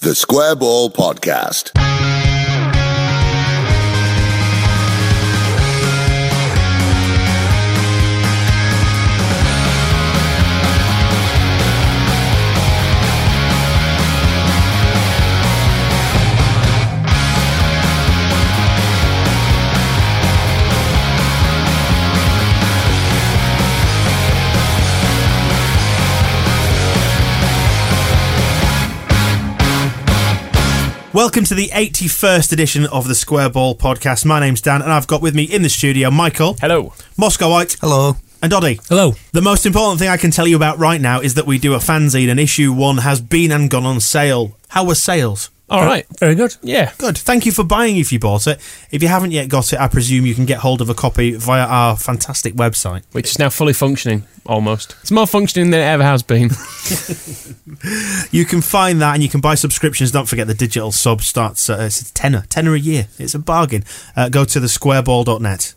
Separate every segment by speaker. Speaker 1: The Square Ball Podcast.
Speaker 2: Welcome to the 81st edition of the Square Ball podcast. My name's Dan, and I've got with me in the studio Michael,
Speaker 3: Hello.
Speaker 2: Moscowite,
Speaker 4: Hello.
Speaker 2: and Doddy.
Speaker 3: Hello.
Speaker 2: The most important thing I can tell you about right now is that we do a fanzine, and issue one has been and gone on sale. How were sales?
Speaker 3: All right.
Speaker 4: Very good.
Speaker 3: Yeah.
Speaker 2: Good. Thank you for buying if you bought it. If you haven't yet got it, I presume you can get hold of a copy via our fantastic website.
Speaker 3: Which is now fully functioning, almost. It's more functioning than it ever has been.
Speaker 2: You can find that and you can buy subscriptions. Don't forget the digital sub starts at it's a tenner, tenner a year. It's a bargain. Uh, go to thesquareball.net.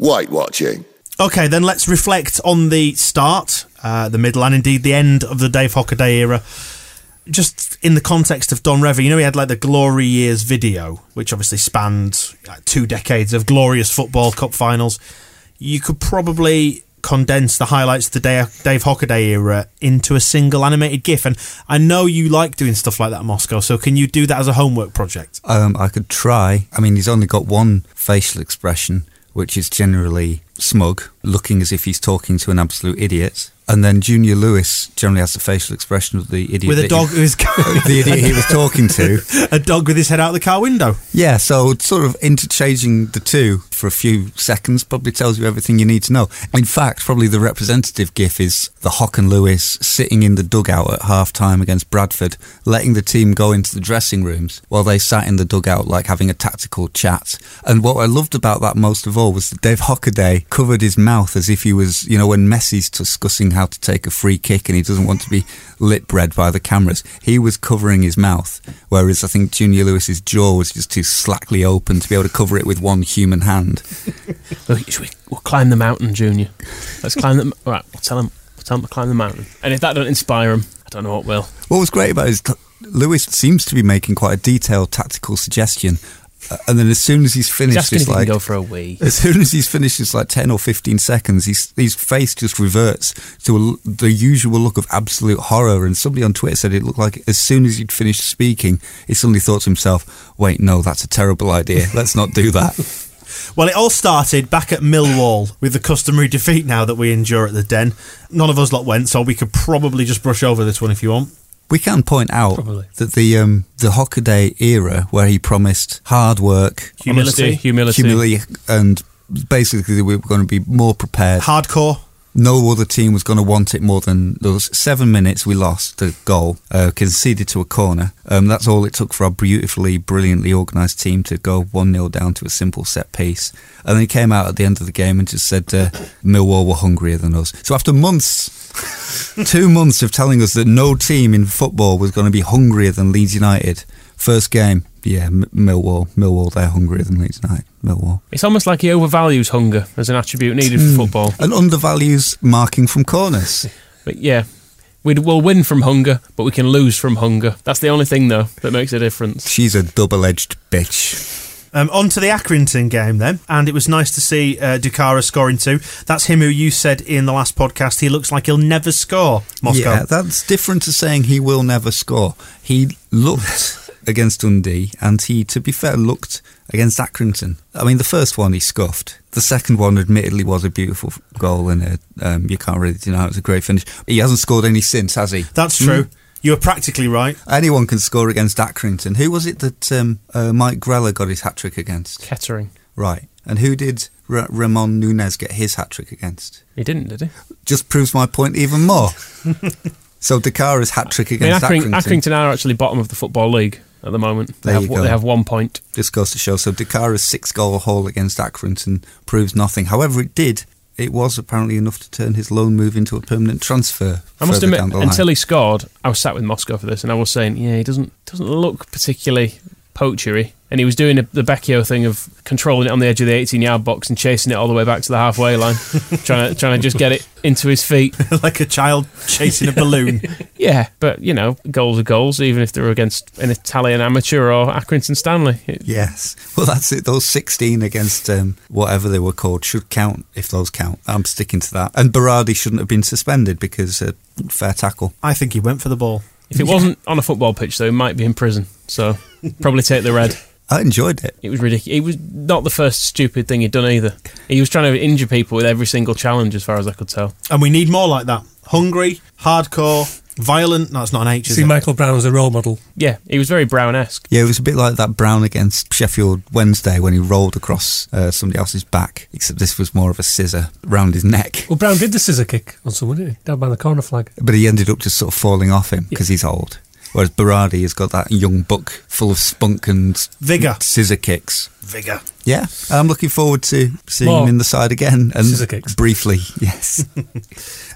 Speaker 1: Whitewatching.
Speaker 2: Okay, then let's reflect on the start, uh, the middle, and indeed the end of the Dave Hockaday era. Just in the context of Don Revy, you know, he had like the Glory Years video, which obviously spanned like, two decades of glorious football cup finals. You could probably condense the highlights of the Da- Dave Hockaday era into a single animated GIF. And I know you like doing stuff like that, Moscow, so can you do that as a homework project?
Speaker 4: Um, I could try. I mean, he's only got one facial expression, which is generally smug, looking as if he's talking to an absolute idiot. And then Junior Lewis generally has the facial expression of the idiot
Speaker 2: With a
Speaker 4: that
Speaker 2: dog
Speaker 4: he-
Speaker 2: who's
Speaker 4: the idiot he was talking to.
Speaker 2: a dog with his head out the car window.
Speaker 4: Yeah, so sort of interchanging the two for a few seconds probably tells you everything you need to know. In fact, probably the representative gif is the Hock and Lewis sitting in the dugout at half time against Bradford, letting the team go into the dressing rooms while they sat in the dugout like having a tactical chat. And what I loved about that most of all was that Dave Hockaday covered his mouth as if he was, you know, when Messi's discussing how to take a free kick and he doesn't want to be lip read by the cameras, he was covering his mouth. Whereas I think Junior Lewis's jaw was just too slackly open to be able to cover it with one human hand.
Speaker 3: Look, should we, we'll climb the mountain, Junior. Let's climb the. All right. We'll tell him. We'll tell him to climb the mountain. And if that doesn't inspire him, I don't know what will.
Speaker 4: What was great about it is t- Lewis seems to be making quite a detailed tactical suggestion. uh, And then as soon as he's
Speaker 3: He's
Speaker 4: finished,
Speaker 3: asking if
Speaker 4: it's
Speaker 3: he can
Speaker 4: like,
Speaker 3: go for a wee.
Speaker 4: as soon as he's finished, it's like 10 or 15 seconds, he's, his face just reverts to a l the usual look of absolute horror. And somebody on Twitter said it looked like as soon as he'd finished speaking, he suddenly thought to himself, wait, no, that's a terrible idea. Let's not do that.
Speaker 2: Well, it all started back at Millwall with the customary defeat now that we endure at the Den. None of us lot went, so we could probably just brush over this one if you want.
Speaker 4: We can point out
Speaker 3: Probably.
Speaker 4: that the um, the Hockaday era, where he promised hard work,
Speaker 3: Humility. Humility.
Speaker 4: humility, and basically we were going to be more prepared.
Speaker 2: Hardcore.
Speaker 4: No other team was going to want it more than those seven minutes we lost the goal, uh, conceded to a corner. Um, that's all it took for our beautifully, brilliantly organised team to go 1 0 down to a simple set piece. And then he came out at the end of the game and just said uh, Millwall were hungrier than us. So after months two months of telling us that no team in football was going to be hungrier than Leeds United. First game, yeah, M- Millwall, Millwall, they're hungrier than Leeds United, Millwall,
Speaker 3: It's almost like he overvalues hunger as an attribute needed for football.
Speaker 4: and undervalues marking from corners.
Speaker 3: But yeah, we'd, we'll win from hunger, but we can lose from hunger. That's the only thing, though, that makes a difference.
Speaker 4: She's a double-edged bitch.
Speaker 2: Um, on to the Accrington game then, and it was nice to see uh, Dukara scoring two. That's him who you said in the last podcast he looks like he'll never score. Moscow.
Speaker 4: Yeah, that's different to saying he will never score. He looked against Dundee, and he, to be fair, looked against Accrington. I mean, the first one he scuffed. The second one, admittedly, was a beautiful goal, and a, um, you can't really deny it was a great finish. He hasn't scored any since, has he?
Speaker 2: That's
Speaker 4: Hmm?
Speaker 2: true. You were practically right.
Speaker 4: Anyone can score against Accrington. Who was it that um, uh, Mike Greller got his hat trick against?
Speaker 3: Kettering.
Speaker 4: Right. And who did Ra- Ramon Nunes get his hat trick against?
Speaker 3: He didn't, did he?
Speaker 4: Just proves my point even more. so Dakara's hat trick
Speaker 3: I mean,
Speaker 4: against
Speaker 3: Accrington,
Speaker 4: Accrington,
Speaker 3: Accrington are actually bottom of the football league at the moment. They
Speaker 4: There
Speaker 3: have
Speaker 4: you
Speaker 3: one-
Speaker 4: go.
Speaker 3: they have one point.
Speaker 4: just goes to show. So Dakara's six goal haul against Accrington proves nothing. However, it did. It was apparently enough to turn his loan move into a permanent transfer.
Speaker 3: I must
Speaker 4: further
Speaker 3: admit,
Speaker 4: down the
Speaker 3: until
Speaker 4: line.
Speaker 3: he scored, I was sat with Moscow for this, and I was saying, yeah, he doesn't doesn't look particularly poachery, and he was doing a, the Becchio thing of controlling it on the edge of the 18-yard box and chasing it all the way back to the halfway line, trying to trying to just get it into his feet.
Speaker 2: like a child chasing a balloon.
Speaker 3: Yeah, but you know, goals are goals, even if they're against an Italian amateur or Accrington Stanley. It-
Speaker 4: Yes. Well, that's it. Those 16 against um, whatever they were called should count if those count. I'm sticking to that. And Berardi shouldn't have been suspended because uh, fair tackle.
Speaker 2: I think he went for the ball.
Speaker 3: if it wasn't on a football pitch, though, he might be in prison. So probably take the red.
Speaker 4: I enjoyed it.
Speaker 3: It was ridiculous. It was not the first stupid thing he'd done either. He was trying to injure people with every single challenge, as far as I could tell.
Speaker 2: And we need more like that. Hungry, hardcore, violent. No, it's not an H. Is
Speaker 5: See
Speaker 2: it?
Speaker 5: Michael Brown as a role model.
Speaker 3: Yeah, he was very Brown esque.
Speaker 4: Yeah, it was a bit like that Brown against Sheffield Wednesday when he rolled across uh, somebody else's back, except this was more of a scissor round his neck.
Speaker 5: Well, Brown did the scissor kick on someone, didn't he? Down by the corner flag.
Speaker 4: But he ended up just sort of falling off him because he's old. Whereas Berardi has got that young buck full of spunk and
Speaker 2: Vigor.
Speaker 4: scissor kicks.
Speaker 2: Vigor.
Speaker 4: Yeah, I'm looking forward to seeing
Speaker 5: More
Speaker 4: him in the side again and
Speaker 5: scissor kicks.
Speaker 4: briefly. Yes,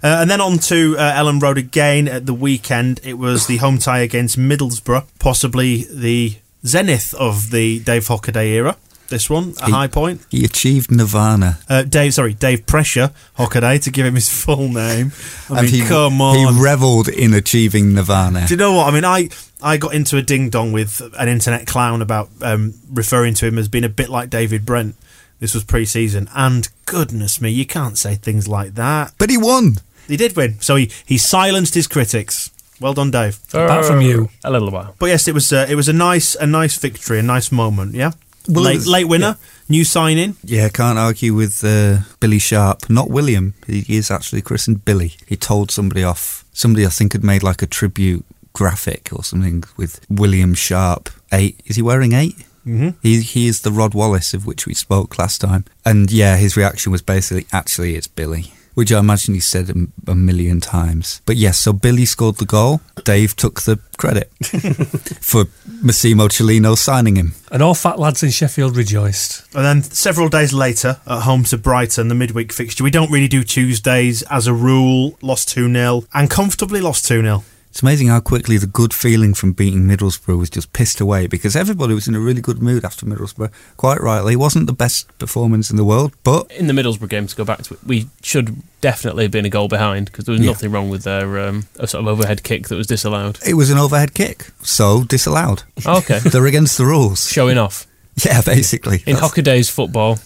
Speaker 2: Uh, and then on to uh, Ellen Road again at the weekend. It was the home tie against Middlesbrough, possibly the zenith of the Dave Hockaday era. This one, a
Speaker 4: He-
Speaker 2: high point.
Speaker 4: he achieved nirvana.
Speaker 2: Uh, Dave, sorry, Dave Pressure Hockaday to give him his full name. I mean,
Speaker 4: he,
Speaker 2: come on.
Speaker 4: he revelled in achieving nirvana.
Speaker 2: Do you know what? I mean, I I got into a ding dong with an internet clown about um, referring to him as being a bit like David Brent. This was pre season. And goodness me, you can't say things like that.
Speaker 4: But he won.
Speaker 2: He did win. So he, he silenced his critics. Well done, Dave.
Speaker 5: Apart from you.
Speaker 3: A little while.
Speaker 2: But yes, it was uh, it was a nice a nice victory, a nice moment. Yeah,
Speaker 4: Well, it
Speaker 2: late
Speaker 4: was-
Speaker 2: late winner, new sign in.
Speaker 4: Yeah, can't argue with uh, Billy Sharp. Not William. He is actually christened Billy. He told somebody off. Somebody I think had made like a tribute graphic or something with William Sharp. Eight. Is he wearing 8 Mm-hmm. He he is the Rod Wallace of which we spoke last time. And yeah, his reaction was basically, actually, it's Billy. Which I imagine he said a, m- a million times. But yes, so Billy scored the goal. Dave took the credit for Massimo Cellino signing him.
Speaker 5: And all fat lads in Sheffield rejoiced.
Speaker 2: And then several days later, at home to Brighton, the midweek fixture. We don't really do Tuesdays as a rule. Lost 2 0 and comfortably lost 2 0.
Speaker 4: It's amazing how quickly the good feeling from beating Middlesbrough was just pissed away because everybody was in a really good mood after Middlesbrough. Quite rightly, it wasn't the best performance in the world, but
Speaker 3: In the Middlesbrough game, to go back to it, we should definitely have been a goal behind because there was
Speaker 4: Yeah.
Speaker 3: nothing wrong with their um, a sort of overhead kick that was disallowed.
Speaker 4: it was an overhead kick, so disallowed.
Speaker 3: Okay.
Speaker 4: They're against the rules.
Speaker 3: showing off.
Speaker 4: Yeah, basically.
Speaker 3: In
Speaker 4: That's-
Speaker 3: Hockaday's football,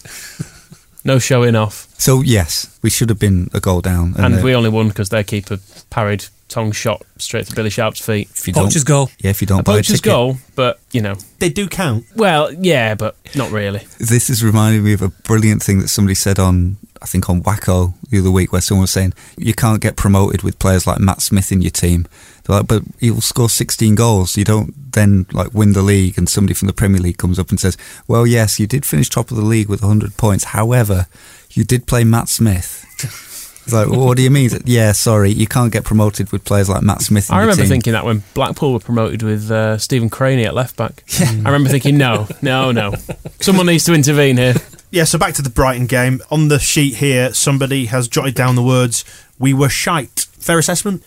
Speaker 3: no showing off.
Speaker 4: so yes, we should have been a goal down,
Speaker 3: And
Speaker 4: uh,
Speaker 3: we only won because their keeper parried tongue shot straight to Billy Sharp's feet.
Speaker 4: if you
Speaker 5: Poacher's
Speaker 4: don't-
Speaker 5: goal.
Speaker 4: Yeah, if you don't
Speaker 3: A
Speaker 4: buy a
Speaker 3: poacher's
Speaker 4: ticket.
Speaker 3: goal, but, you know.
Speaker 2: They do count.
Speaker 3: Well, yeah, but not really.
Speaker 4: This has reminded me of a brilliant thing that somebody said on, I think on Wacko the other week, where someone was saying, you can't get promoted with players like Matt Smith in your team. They're like, but he'll score 16 goals. You don't then like win the league and somebody from the Premier League comes up and says, well, yes, you did finish top of the league with 100 points. However, you did play Matt Smith. It's like, well, what do you mean? Yeah, sorry, you can't get promoted with players like Matt Smith. In
Speaker 3: I
Speaker 4: your
Speaker 3: remember
Speaker 4: team."
Speaker 3: thinking that when Blackpool were promoted with uh, Stephen Craney at left back. I remember thinking, no, no, no. Someone needs to intervene here.
Speaker 2: Yeah, so back to the Brighton game. On the sheet here, somebody has jotted down the words, We were shite. Fair assessment?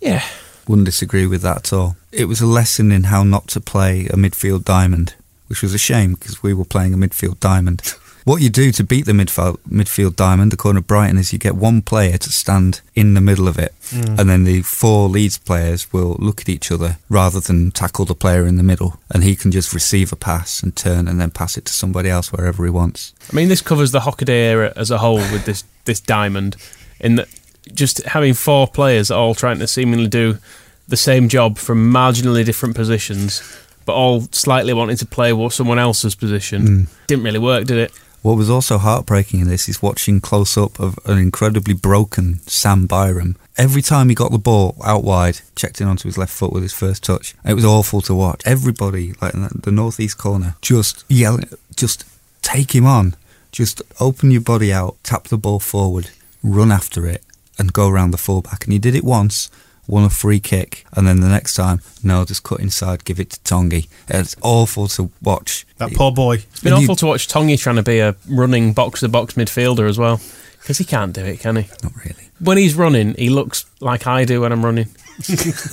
Speaker 3: Yeah.
Speaker 4: Wouldn't disagree with that at all. It was a lesson in how not to play a midfield diamond, which was a shame because we were playing a midfield diamond. What you do to beat the midfield, midfield diamond, the corner of Brighton, is you get one player to stand in the middle of it, and then the four Leeds players will look at each other rather than tackle the player in the middle, and he can just receive a pass and turn and then pass it to somebody else wherever he wants.
Speaker 3: I mean, this covers the Hockaday era as a whole with this this diamond, in that just having four players all trying to seemingly do the same job from marginally different positions, but all slightly wanting to play what someone else's position
Speaker 4: Hmm.
Speaker 3: didn't really work, did it?
Speaker 4: What was also heartbreaking in this is watching close up of an incredibly broken Sam Byram. Every time he got the ball out wide, checked in onto his left foot with his first touch. It was awful to watch. Everybody, like in the- the northeast corner, just yelling, just take him on. Just open your body out, tap the ball forward, run after it, and go around the fullback. And he did it once, won a free kick, and then the next time, no, just cut inside, give it to Tongi. It's awful to watch.
Speaker 2: That poor boy.
Speaker 3: It's been
Speaker 4: And you-
Speaker 3: awful to watch Tongi trying to be a running box to box midfielder as well, because he can't do it, can he?
Speaker 4: Not really.
Speaker 3: When he's running, he looks like I do when I'm running.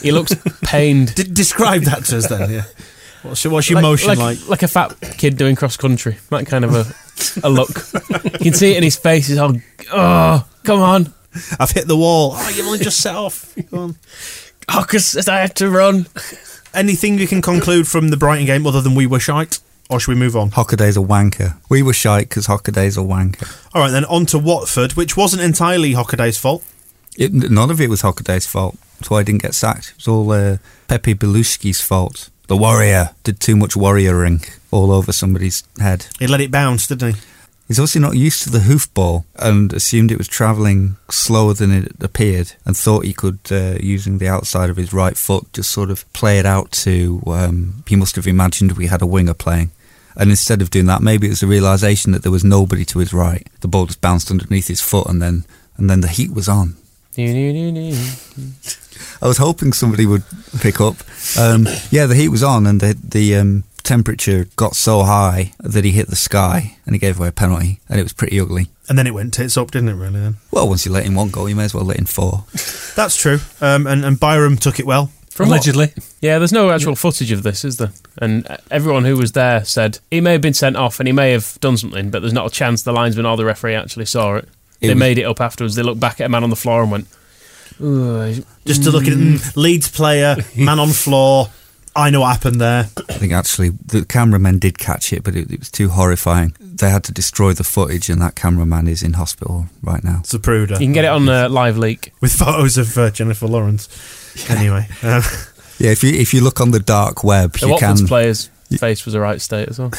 Speaker 3: he looks pained.
Speaker 2: D- describe that to us then. Yeah. What's your, what's your motion like?
Speaker 3: like a fat kid doing cross country. That kind of a, a look. you can see it in his face. He's all, oh, come on,
Speaker 2: I've hit the wall. Oh, you've only just set off. Go on.
Speaker 3: oh, 'cause I have to run.
Speaker 2: Anything you can conclude from the Brighton game other than we were shite? Or should we move on?
Speaker 4: Hockaday's a wanker. We were shite because Hockaday's a wanker.
Speaker 2: All right, then on to Watford, which wasn't entirely Hockaday's fault.
Speaker 4: It, none of it was Hockaday's fault. That's why I didn't get sacked. It was all uh, Pepe Beluski's fault. The warrior did too much warrioring all over somebody's head.
Speaker 2: He let it bounce, didn't he?
Speaker 4: He's obviously not used to the hoof ball and assumed it was travelling slower than it appeared and thought he could, uh, using the outside of his right foot, just sort of play it out to. Um, he must have imagined we had a winger playing. And instead of doing that, maybe it was a realization that there was nobody to his right. The ball just bounced underneath his foot, and then and then the heat was on. I was hoping somebody would pick up. Um, yeah, the heat was on, and the the um, temperature got so high that he hit the sky, and he gave away a penalty, and it was pretty ugly.
Speaker 2: And then it went tits up, didn't it, really? Then
Speaker 4: Well, once you let in one goal, you may as well let in four.
Speaker 2: That's true. Um, and, and Byram took it well.
Speaker 5: Allegedly.
Speaker 3: Yeah, there's no actual footage of this, is there? And uh, everyone who was there said he may have been sent off and he may have done something, but there's not a chance the linesman or the referee actually saw it.
Speaker 4: It
Speaker 3: they
Speaker 4: was-
Speaker 3: made it up afterwards. They looked back at a man on the floor and went, "Ooh, he's-
Speaker 2: Just to look at mm, Leeds player, man on floor. I know what happened there.
Speaker 4: I think actually the cameramen did catch it, but it, it was too horrifying. They had to destroy the footage, and that cameraman is in hospital right now.
Speaker 2: Zapruder.
Speaker 3: you can get it on uh, live leak.
Speaker 2: With photos of uh, Jennifer Lawrence. Anyway. Um,
Speaker 4: Yeah, if you if you look on the dark web,
Speaker 3: The
Speaker 4: you
Speaker 3: Watford's
Speaker 4: can.
Speaker 3: player's face was a right state as well.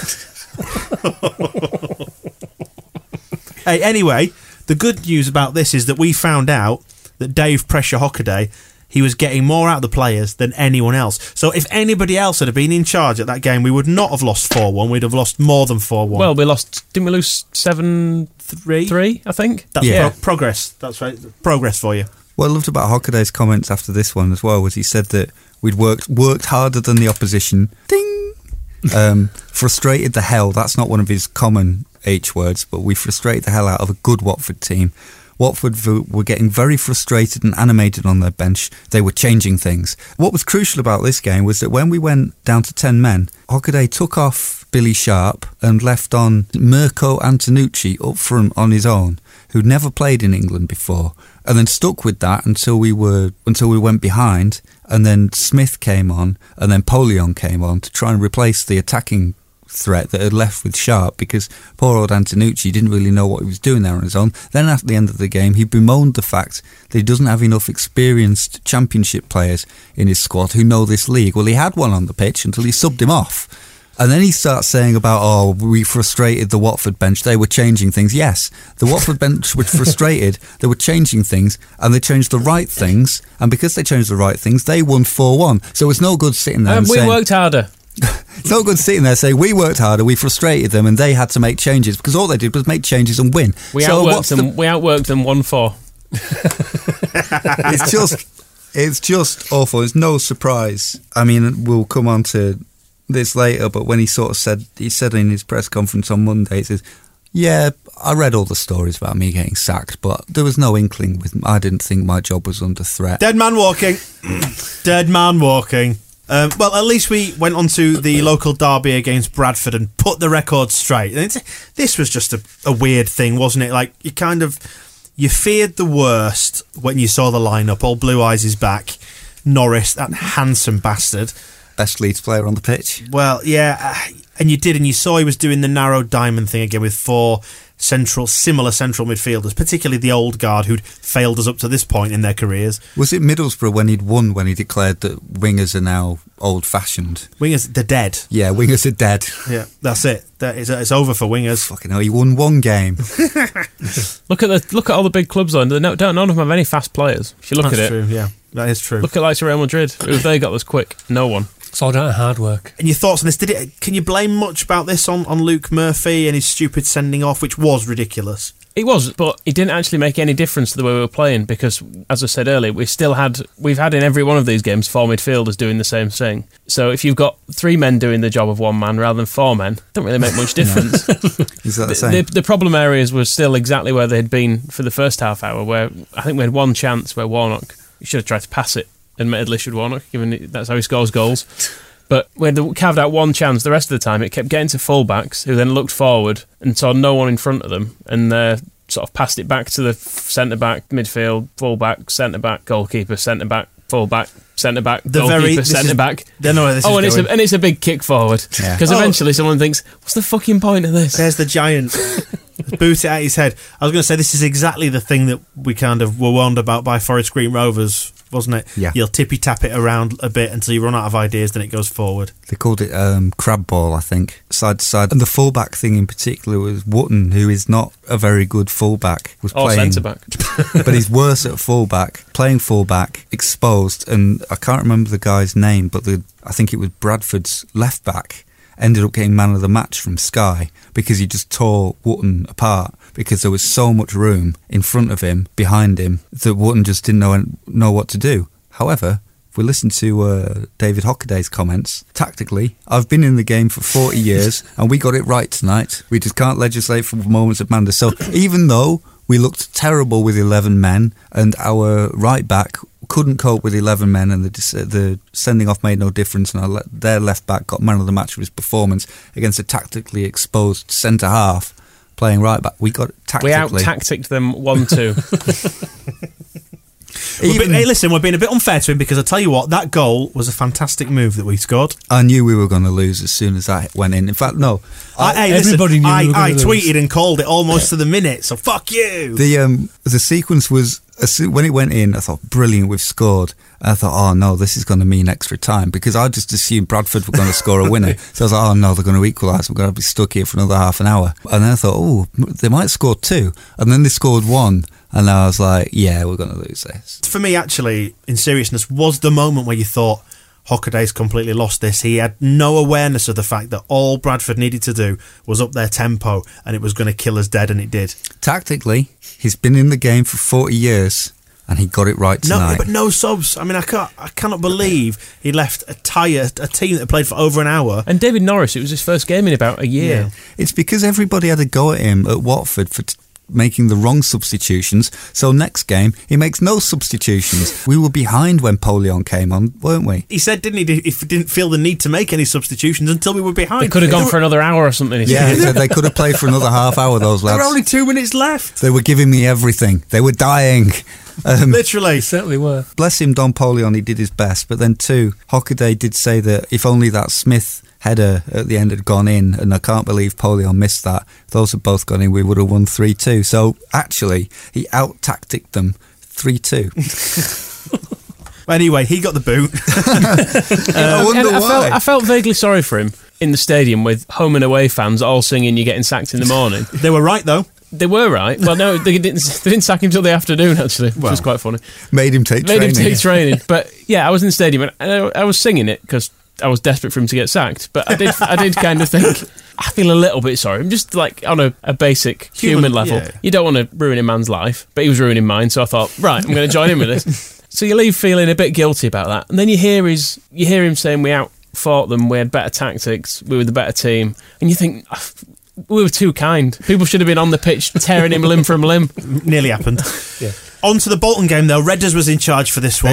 Speaker 2: Hey, anyway, the good news about this is that we found out that Dave Pressure Hockaday, he was getting more out of the players than anyone else. So if anybody else had been in charge at that game, we would not have lost 4 1. We'd have lost more than 4 1.
Speaker 3: Well, we lost. Didn't we lose seven
Speaker 2: three.
Speaker 3: three? I think.
Speaker 2: That's
Speaker 4: Yeah.
Speaker 2: pro- progress. That's right. Progress for you.
Speaker 4: What I loved about Hockaday's comments after this one as well was he said that we'd worked worked harder than the opposition. Ding. Um, frustrated the hell. That's not one of his common H words, but we frustrated the hell out of a good Watford team. Watford v- were getting very frustrated and animated on their bench. They were changing things. What was crucial about this game was that when we went down to 10 men, Hockaday took off Billy Sharp and left on Mirko Antonucci up front on his own, who'd never played in England before, and then stuck with that until we were until we went behind, and then Smith came on, and then Polion came on to try and replace the attacking threat that had left with Sharp because poor old Antonucci didn't really know what he was doing there on his own. Then at the end of the game, he bemoaned the fact that he doesn't have enough experienced championship players in his squad who know this league. Well, he had one on the pitch until he subbed him off. And then he starts saying about, oh, we frustrated the Watford bench. They were changing things. Yes, the Watford bench were frustrated. They were changing things and they changed the right things. And because they changed the right things, they won 4 1. So it's no good sitting there
Speaker 3: Um,
Speaker 4: and
Speaker 3: we
Speaker 4: saying,
Speaker 3: worked harder.
Speaker 4: it's no good sitting there saying we worked harder, we frustrated them, and they had to make changes because all they did was make changes and win.
Speaker 3: We
Speaker 4: so
Speaker 3: outworked
Speaker 4: what's
Speaker 3: them. We outworked them one four.
Speaker 4: The, it's just, it's just awful. It's no surprise. I mean, we'll come on to this later, but when he sort of said, he said in his press conference on Monday, he says, "Yeah, I read all the stories about me getting sacked, but there was no inkling with. I didn't think my job was under threat."
Speaker 2: Dead man walking. Dead man walking. Um, well, at least we went on to the local derby against Bradford and put the record straight. And it's- this was just a, a weird thing, wasn't it? Like you kind of you feared the worst when you saw the lineup. All Blue Eyes is back. Norris, that handsome bastard.
Speaker 4: Best Leeds player on the pitch.
Speaker 2: Well, yeah, uh, and you did, and you saw he was doing the narrow diamond thing again with four central, similar central midfielders, particularly the old guard who'd failed us up to this point in their careers.
Speaker 4: Was it Middlesbrough when he'd won when he declared that wingers are now old fashioned?
Speaker 2: Wingers, they're dead.
Speaker 4: Yeah, wingers are dead.
Speaker 2: Yeah, that's it. That is, it's over for wingers.
Speaker 4: Fucking hell, he won one game.
Speaker 3: Look at the look at all the big clubs though. They don't- don't- none of them have any fast players. If you look
Speaker 2: that's
Speaker 3: at it,
Speaker 2: true. Yeah, that is true.
Speaker 3: look at like Real Madrid. Who have they got this quick? No one.
Speaker 5: It's all down to hard work.
Speaker 2: and your thoughts on this? Did it? Can you blame much about this on, on Luke Murphy and his stupid sending off, which was ridiculous?
Speaker 3: It was, but it didn't actually make any difference to the way we were playing because, as I said earlier, we still had we've had in every one of these games four midfielders doing the same thing. So if you've got three men doing the job of one man rather than four men, it doesn't really make much difference.
Speaker 4: Is that the same?
Speaker 3: the, the problem areas were still exactly where they had been for the first half hour. Where I think we had one chance where Warnock should have tried to pass it. Admittedly, should Warnock, given it- that's how he scores goals. But we had the- carved out one chance. The rest of the time, it kept getting to fullbacks who then looked forward and saw no one in front of them, and uh, sort of passed it back to the centre back, midfield, fullback, centre back, goalkeeper, centre back, fullback, centre back,
Speaker 2: The very-
Speaker 3: goalkeeper,
Speaker 2: this is-
Speaker 3: centre back.
Speaker 2: They know where this
Speaker 3: Oh,
Speaker 2: is
Speaker 3: and it's,
Speaker 2: going.
Speaker 3: a, and it's a big kick forward
Speaker 4: Yeah.
Speaker 3: because
Speaker 2: Oh.
Speaker 3: eventually someone thinks, "What's the fucking point of this?"
Speaker 2: There's the giant. Boot it at his head. I was going to say this is exactly the thing that we kind of were warned about by Forest Green Rovers, wasn't it?
Speaker 4: Yeah.
Speaker 2: You'll tippy tap it around a bit until you run out of ideas, then it goes forward.
Speaker 4: They called it um, crab ball, I think, side to side. And the fullback thing in particular was Wotton, who is not a very good fullback. Was
Speaker 3: Or
Speaker 4: playing,
Speaker 3: Oh, centre back.
Speaker 4: but he's worse at fullback. Playing fullback, exposed, and I can't remember the guy's name, but the I think it was Bradford's left back ended up getting man of the match from Sky because he just tore Wotton apart because there was so much room in front of him, behind him, that Wotton just didn't know know what to do. However. If we listen to uh, David Hockaday's comments, tactically, I've been in the game for 40 years and we got it right tonight. We just can't legislate for moments of madness. So even though we looked terrible with 11 men, and our right back couldn't cope with 11 men, and the dis- uh, the sending off made no difference. And our le- their left back got man of the match for his performance against a tactically exposed centre half playing right back. We got
Speaker 3: We out
Speaker 4: tactically.
Speaker 3: tacticked them one two.
Speaker 2: We're
Speaker 4: Even-
Speaker 2: be- hey, listen, we're being a bit unfair to him because I tell you what, that goal was a fantastic move that we scored.
Speaker 4: I knew we were going to lose as soon as that went in. In fact, no.
Speaker 2: I, hey, listen,
Speaker 5: everybody knew we
Speaker 2: I,
Speaker 5: were gonna
Speaker 2: I
Speaker 5: lose.
Speaker 2: tweeted and called it almost to the minute, so fuck you.
Speaker 4: The um the sequence was as soo- when it went in. I thought brilliant, we've scored. I thought, oh no, this is going to mean extra time because I just assumed Bradford were going to score a winner. So I was like, oh no, they're going to equalise. We're going to be stuck here for another half an hour. And then I thought, oh, m- they might score two. And then they scored one. And I was like, yeah, we're going to lose this.
Speaker 2: for me, actually, in seriousness, was the moment where you thought Hockaday's completely lost this. He had no awareness of the fact that all Bradford needed to do was up their tempo and it was going to kill us dead, and it did.
Speaker 4: Tactically, he's been in the game for forty years, and he got it right tonight.
Speaker 2: No, but no subs. I mean, I can't, I cannot believe he left a tired a team that played for over an hour.
Speaker 3: and David Norris, it was his first game in about a year.
Speaker 4: It's because everybody had a go at him at Watford for t- making the wrong substitutions. So next game, he makes no substitutions. we were behind when Polion came on, weren't we?
Speaker 2: He said, didn't he? that If he didn't feel the need to make any substitutions until we were behind,
Speaker 3: They could have
Speaker 2: There
Speaker 3: gone
Speaker 2: were-
Speaker 3: for another hour or something. he
Speaker 4: Yeah,
Speaker 3: said.
Speaker 4: so they could have played for another half hour. Those
Speaker 2: There were
Speaker 4: lads,
Speaker 2: only two minutes left.
Speaker 4: they were giving me everything. They were dying. Um,
Speaker 2: Literally,
Speaker 5: They certainly were.
Speaker 4: bless him, Don Polion, he did his best. But then, two, Hockaday did say that if only that Smith header at the end had gone in, and I can't believe Polion missed that, if those had both gone in, we would have won 3 2. So actually, he out tacticked them 3 2.
Speaker 2: Anyway, he got the boot.
Speaker 4: I
Speaker 3: Oh, And
Speaker 4: wonder
Speaker 3: I, felt, I
Speaker 4: why.
Speaker 3: felt vaguely sorry for him in the stadium with home and away fans all singing "You're getting sacked in the morning."
Speaker 2: they were right though.
Speaker 3: they were right. Well, no, they didn't. They didn't sack him till the afternoon actually, which was
Speaker 2: Well.
Speaker 3: quite funny.
Speaker 4: Made him take
Speaker 3: Made
Speaker 4: training.
Speaker 3: him take training. But yeah, I was in the stadium and I, I was singing it because I was desperate for him to get sacked. But I did, I did kind of think. I feel a little bit sorry. I'm just like on a, a basic human,
Speaker 2: Human,
Speaker 3: level.
Speaker 2: yeah.
Speaker 3: You don't want to ruin a man's life, but he was ruining mine. So I thought, right, I'm going to join in with this. So you leave feeling a bit guilty about that, and then you hear his, you hear him saying we outfought them, we had better tactics, we were the better team, and you think. "Ah, We were too kind. People should have been on the pitch tearing him limb from limb.
Speaker 2: Nearly happened.
Speaker 5: Yeah.
Speaker 2: On to the Bolton game though. Redders was in charge for this one.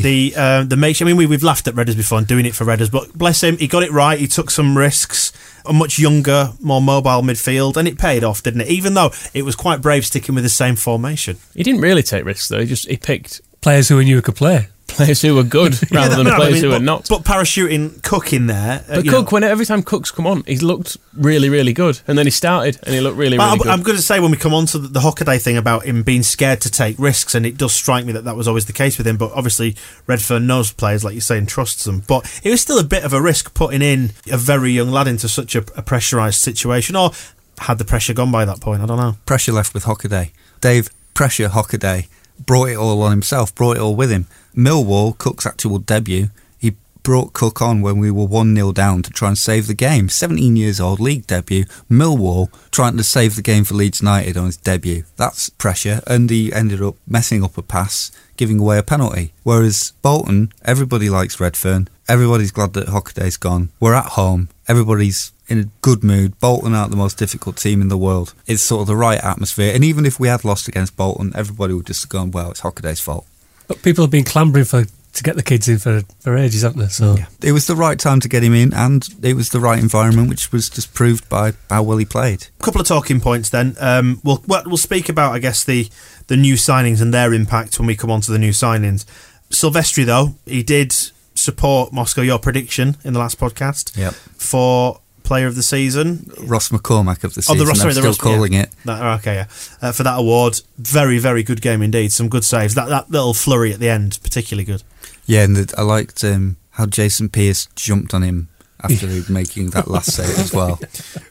Speaker 2: The the, uh, the make. I mean, we, we've laughed at Redders before and doing it for Redders, but bless him, he got it right. He took some risks. A much younger, more mobile midfield, and it paid off, didn't it? Even though it was quite brave sticking with the same formation.
Speaker 3: He didn't really take risks though. He just he picked
Speaker 5: Players who we knew could play.
Speaker 3: players who were good rather than
Speaker 2: No, I
Speaker 3: players
Speaker 2: mean,
Speaker 3: who
Speaker 2: but,
Speaker 3: were not.
Speaker 2: But parachuting Cook in there. uh,
Speaker 3: But
Speaker 2: you know-
Speaker 3: Cook, when every time Cook's come on, he's looked really, really good, and then he started and he looked really,
Speaker 2: But
Speaker 3: really
Speaker 2: I'm,
Speaker 3: good.
Speaker 2: I'm going to say when we come on to the, the Hockaday thing about him being scared to take risks, and it does strike me that that was always the case with him. But obviously, Redfern knows players, like you say, and trusts them. But it was still a bit of a risk putting in a very young lad into such a, a pressurised situation, or had the pressure gone by that point? I don't know.
Speaker 4: Pressure left with Hockaday. Dave, pressure Hockaday, brought it all on himself, brought it all with him. Millwall, Cook's actual debut, he brought Cook on when we were 1 0 down to try and save the game. 17 years old, league debut. Millwall trying to save the game for Leeds United on his debut. That's pressure. And he ended up messing up a pass, giving away a penalty. Whereas Bolton, everybody likes Redfern. Everybody's glad that Hockaday's gone. We're at home. Everybody's in a good mood. Bolton aren't the most difficult team in the world. It's sort of the right atmosphere. And even if we had lost against Bolton, everybody would just have gone, well, it's Hockaday's fault.
Speaker 5: But people have been clambering for to get the kids in for, for ages, haven't they? So
Speaker 4: It was the right time to get him in, and it was the right environment, which was just proved by how well he played.
Speaker 2: couple of talking points then. Um, we'll well, we'll speak about I guess the the new signings and their impact when we come on to the new signings. Silvestri though he did support Moscow. Your prediction in the last podcast,
Speaker 4: Yep.
Speaker 2: for player of the season.
Speaker 4: Ross McCormack of the
Speaker 2: Oh,
Speaker 4: season.
Speaker 2: the Ross, sorry,
Speaker 4: I'm
Speaker 2: the
Speaker 4: still
Speaker 2: Ross-
Speaker 4: calling
Speaker 2: yeah.
Speaker 4: it.
Speaker 2: That- oh, okay, yeah, uh, for that award. Very very good game indeed. Some good saves. That that little flurry at the end particularly good.
Speaker 4: Yeah, and the, I liked um, how Jason Pierce jumped on him after making that last save as well.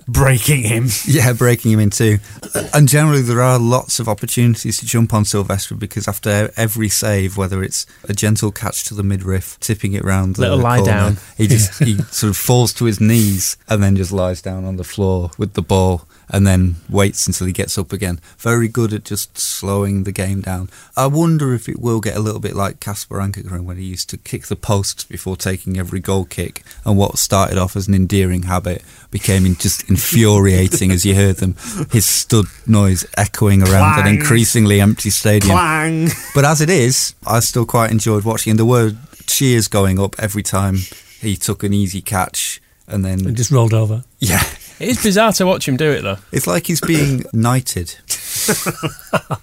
Speaker 2: Breaking him.
Speaker 4: Yeah, breaking him in two. And generally, there are lots of opportunities to jump on Silvestre because after every save, whether it's a gentle catch to the midriff, tipping it round, the
Speaker 3: Little lie
Speaker 4: corner,
Speaker 3: down.
Speaker 4: he just he sort of falls to his knees and then just lies down on the floor with the ball and then waits until he gets up again. Very good at just slowing the game down. I wonder if it will get a little bit like Kasper Ankergren when he used to kick the posts before taking every goal kick and what started off as an endearing habit became in just infuriating as you heard them his stud noise echoing around an
Speaker 2: Clang.
Speaker 4: increasingly empty stadium.
Speaker 2: Clang.
Speaker 4: But as it is, I still quite enjoyed watching. And there were cheers going up every time he took an easy catch. And
Speaker 5: and
Speaker 4: then,
Speaker 5: just rolled over.
Speaker 4: yeah,
Speaker 3: it is bizarre to watch him do it though.
Speaker 4: it's like he's being knighted.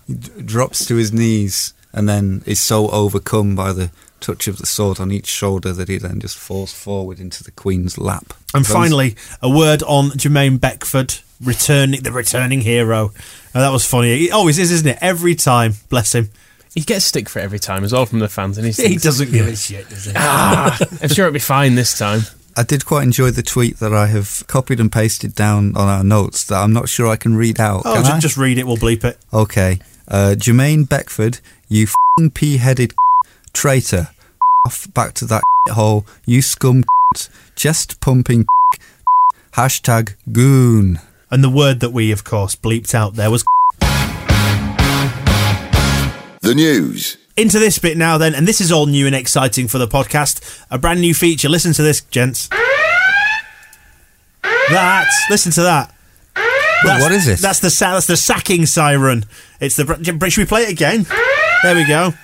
Speaker 4: he d- drops to his knees and then is so overcome by the touch of the sword on each shoulder that he then just falls forward into the Queen's lap.
Speaker 2: And
Speaker 4: Those-
Speaker 2: finally, a word on Jermaine Beckford returning the returning hero. Oh, that was funny. It always is, isn't it? Every time, bless him.
Speaker 3: He gets stick for it every time as well from the fans, and he's
Speaker 2: He doesn't give a shit, does he?
Speaker 3: ah, I'm sure it'll be fine this time.
Speaker 4: I did quite enjoy the tweet that I have copied and pasted down on our notes that I'm not sure I can read out.
Speaker 2: Oh,
Speaker 4: can
Speaker 2: just,
Speaker 4: I?
Speaker 2: just read it. We'll bleep it.
Speaker 4: Okay. Uh, Jermaine Beckford, you fing pea headed traitor. Off back to that hole, you scum chest pumping hashtag goon.
Speaker 2: And the word that we, of course, bleeped out there was
Speaker 1: The news.
Speaker 2: into this bit now. Then, and this is all new and exciting for the podcast. A brand new feature. Listen to this, gents. That. Listen to that. That's-
Speaker 4: what is this?
Speaker 2: That's the sa- that's the sacking siren. It's the. br- Should we play it again? There we go.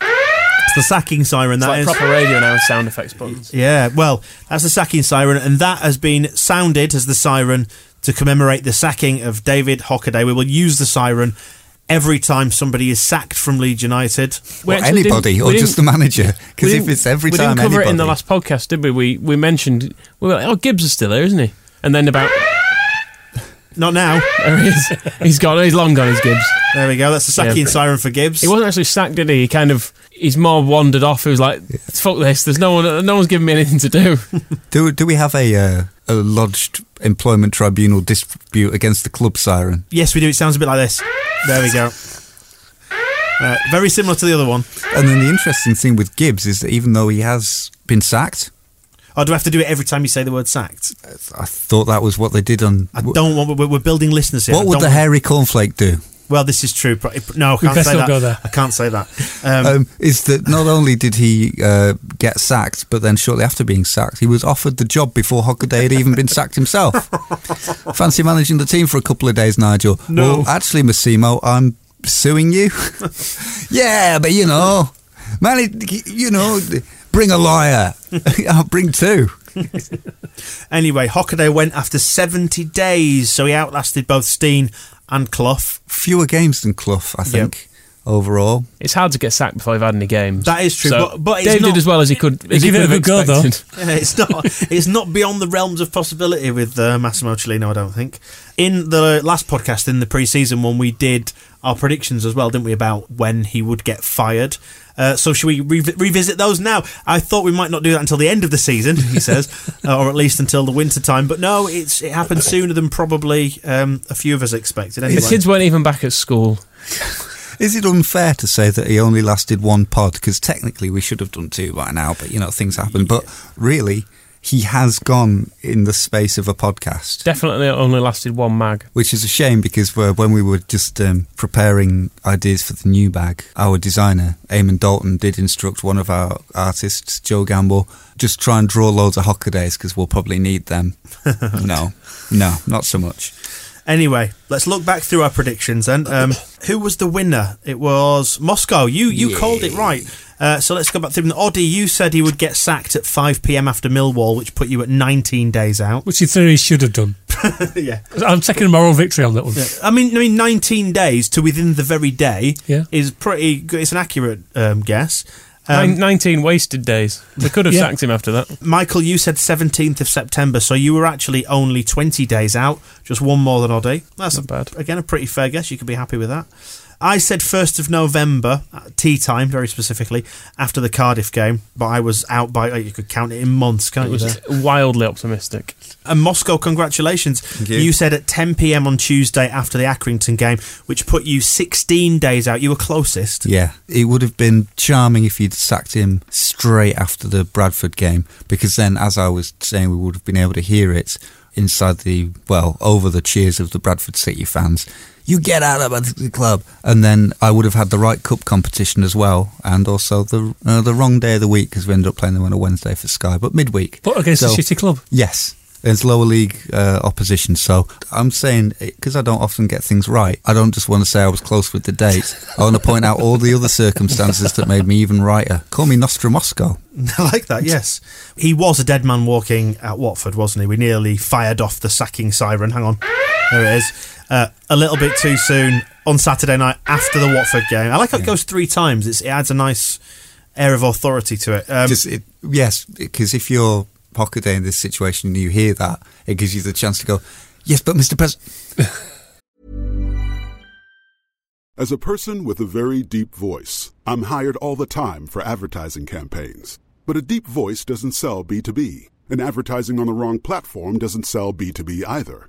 Speaker 2: It's the sacking siren.
Speaker 3: It's
Speaker 2: That
Speaker 3: like
Speaker 2: is.
Speaker 3: proper radio now with sound effects buttons.
Speaker 2: Yeah, well, that's the sacking siren, and that has been sounded as the siren to commemorate the sacking of David Hockaday. We will use the siren every time somebody is sacked from Leeds United.
Speaker 3: We
Speaker 4: Or
Speaker 3: actually
Speaker 4: anybody,
Speaker 3: didn't-
Speaker 4: or
Speaker 3: we
Speaker 4: just the
Speaker 3: didn't-
Speaker 4: manager. Because
Speaker 3: we
Speaker 4: if
Speaker 3: didn't-
Speaker 4: it's every
Speaker 3: we
Speaker 4: time
Speaker 3: didn't cover
Speaker 4: anybody.
Speaker 3: it in the last podcast, did we? We we mentioned we were like, oh, Gibbs is still there, isn't he? And then about
Speaker 2: Not now.
Speaker 3: there he is. he's gone. He's long gone. Is Gibbs?
Speaker 2: There we go. That's the sacking siren for Gibbs.
Speaker 3: He wasn't actually sacked, did he? He kind of he's more wandered off. He was like, fuck this. There's no one. No one's giving me anything to do.
Speaker 4: do, do we have a, uh, a lodged employment tribunal dispute against the club siren?
Speaker 2: yes, we do. It sounds a bit like this. There we go. Uh, very similar to the other one.
Speaker 4: And then the interesting thing with Gibbs is that even though he has been sacked,
Speaker 2: Or do I have to do it every time you say the word sacked?
Speaker 4: I thought that was what they did on.
Speaker 2: I don't want. We're, we're building listeners here. I
Speaker 4: what would
Speaker 2: don't
Speaker 4: the
Speaker 2: want-
Speaker 4: hairy cornflake do?
Speaker 2: Well, this is true. but it- No, I can't
Speaker 5: best
Speaker 2: say
Speaker 5: not
Speaker 2: that.
Speaker 5: go there. Oh.
Speaker 2: I can't say that. Um,
Speaker 4: um, is that not only did he uh, get sacked, but then shortly after being sacked, he was offered the job before Hockaday had even been sacked himself. Fancy managing the team for a couple of days, Nigel?
Speaker 2: No.
Speaker 4: Well, actually, Massimo, I'm suing you. yeah, but you know, man, it, you know, bring a lawyer. I'll bring two.
Speaker 2: Anyway, Hockaday went after 70 days, so he outlasted both Steen and Clough.
Speaker 4: Fewer games than Clough, I think, overall.
Speaker 3: It's hard to get sacked before they've had any games.
Speaker 2: That is true,
Speaker 3: So
Speaker 2: but- but it's
Speaker 3: Dave
Speaker 2: not-
Speaker 3: did as well as he could. As he
Speaker 5: give it
Speaker 3: could
Speaker 5: a
Speaker 3: have
Speaker 5: good go, though.
Speaker 3: expected.
Speaker 2: Yeah, it's not. it's not beyond the realms of possibility with uh, Massimo Cellino, I don't think. In the last podcast, in the pre-season one, we did our predictions as well, didn't we? About when he would get fired. Uh, so should we re- revisit those now? I thought we might not do that until the end of the season, he says, uh, or at least until the winter time. But no, it's it happened sooner than probably um, a few of us expected. Anyway,
Speaker 3: The kids weren't even back at school.
Speaker 4: Is it unfair to say that he only lasted one pod? Because technically we should have done two by now, but you know, things happen. But really, he has gone in the space of a podcast.
Speaker 3: Definitely only lasted one mag.
Speaker 4: which is a shame because we when we were just um, preparing ideas for the new bag, our designer, Eamon Dalton, did instruct one of our artists, Joe Gamble, just try and draw loads of Hockadays because we'll probably need them. no, no, not so much.
Speaker 2: Anyway, let's look back through our predictions then. Um, who was the winner? It was Moscow. You you called it right. Uh, so let's go back through. them. Oddie, you said he would get sacked at 5 p.m. after Millwall, which put you at 19 days out.
Speaker 5: Which in theory he should have done.
Speaker 2: yeah.
Speaker 5: I'm taking a moral victory on that one.
Speaker 2: I mean, I mean, 19 days to within the very day
Speaker 5: Yeah.
Speaker 2: is pretty good. It's an accurate um, guess. Um,
Speaker 3: Nine, Nineteen wasted days. They could have
Speaker 5: Yeah.
Speaker 3: sacked him after that.
Speaker 2: Michael, you said 17th of September, so you were actually only 20 days out, just one more than Oddie. That's
Speaker 3: Not bad.
Speaker 2: Again, a pretty fair guess. You could be happy with that. I said 1st of November, at tea time, very specifically, after the Cardiff game, but I was out by, oh, you could count it in months, can't
Speaker 3: It
Speaker 2: you?
Speaker 3: was
Speaker 2: There?
Speaker 3: wildly optimistic.
Speaker 2: And Moscow, congratulations.
Speaker 4: you.
Speaker 2: said at 10 pm on Tuesday after the Accrington game, which put you 16 days out. You were closest.
Speaker 4: Yeah, it would have been charming if you'd sacked him straight after the Bradford game because then, as I was saying, we would have been able to hear it inside the well over the cheers of the Bradford City fans. You get out of the club, and then I would have had the right cup competition as well, and also the uh, the wrong day of the week because we ended up playing them on a Wednesday for Sky, but midweek.
Speaker 5: But against a
Speaker 4: So-
Speaker 5: shitty club.
Speaker 4: Yes. It's lower league uh, opposition. So I'm saying, because I don't often get things right, I don't just want to say I was close with the date. I want to point out all the other circumstances that made me even righter. Call me Nostromosko.
Speaker 2: I like that, yes. He was a dead man walking at Watford, wasn't he? We nearly fired off the sacking siren. Hang on. There it is. Uh, a little bit too soon on Saturday night after the Watford game. I like how it goes three times. It's, it adds a nice air of authority to it. Um,
Speaker 4: Just, it, yes, because if you're Hockaday in this situation and you hear that, it gives you the chance to go, yes, but Mr. President.
Speaker 6: As a person with a very deep voice, I'm hired all the time for advertising campaigns. But a deep voice doesn't sell B2B, and advertising on the wrong platform doesn't sell B2B either.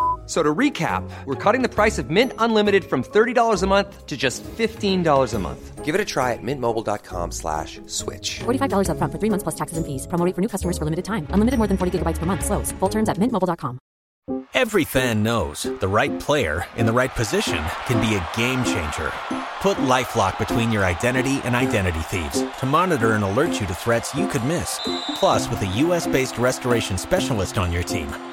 Speaker 7: So to recap, we're cutting the price of Mint Unlimited from $30 a month to just $15 a month. Give it a try at mintmobile.com slash switch.
Speaker 8: $45 up front for three months plus taxes and fees. Promo rate for new customers for limited time. Unlimited more than 40 gigabytes per month. Slows. Full terms at mintmobile.com.
Speaker 9: Every fan knows the right player in the right position can be a game changer. Put LifeLock between your identity and identity thieves to monitor and alert you to threats you could miss. Plus, with a U.S.-based restoration specialist on your team,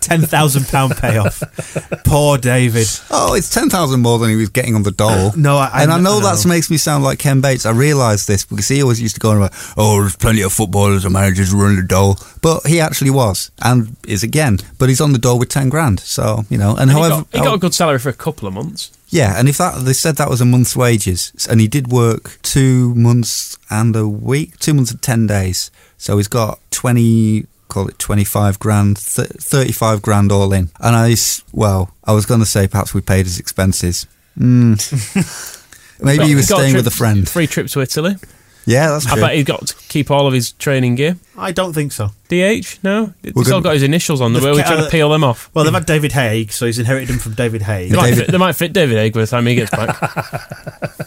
Speaker 2: Ten thousand pound payoff. Poor David.
Speaker 4: oh, it's ten thousand more than he was getting on the dole.
Speaker 2: No, I- I
Speaker 4: and I
Speaker 2: kn-
Speaker 4: know
Speaker 2: I know.
Speaker 4: that makes me sound like Ken Bates. I realise this because he always used to go on about, "Oh, there's plenty of footballers and managers who run the dole," but he actually was and is again. But he's on the dole with ten grand, so you know. And,
Speaker 3: He
Speaker 4: however, oh.
Speaker 3: got, he got a good salary for a couple of months.
Speaker 4: Yeah, and if that they said that was a month's wages, and he did work two months and a week, two months and ten days, so he's got twenty, call it twenty-five grand, th- thirty-five grand all in. And I, s- well, I was going to say perhaps we paid his expenses. Mm. Maybe
Speaker 3: Got-
Speaker 4: he was
Speaker 3: got
Speaker 4: staying
Speaker 3: trip-
Speaker 4: with a friend.
Speaker 3: Free trip to Italy.
Speaker 4: Yeah, that's
Speaker 3: I
Speaker 4: true.
Speaker 3: bet he's got to keep all of his training gear.
Speaker 2: I don't think so.
Speaker 3: DH? No? It's
Speaker 4: We're
Speaker 3: all
Speaker 4: gonna-
Speaker 3: got his initials on. The
Speaker 2: They've
Speaker 3: way we're
Speaker 2: kept-
Speaker 3: trying to peel them off.
Speaker 2: Well, they've had David Haig, so he's inherited them from David Haig.
Speaker 3: They
Speaker 4: Yeah.
Speaker 3: might,
Speaker 4: David-
Speaker 3: fit, they might fit David Egg by the time he gets back.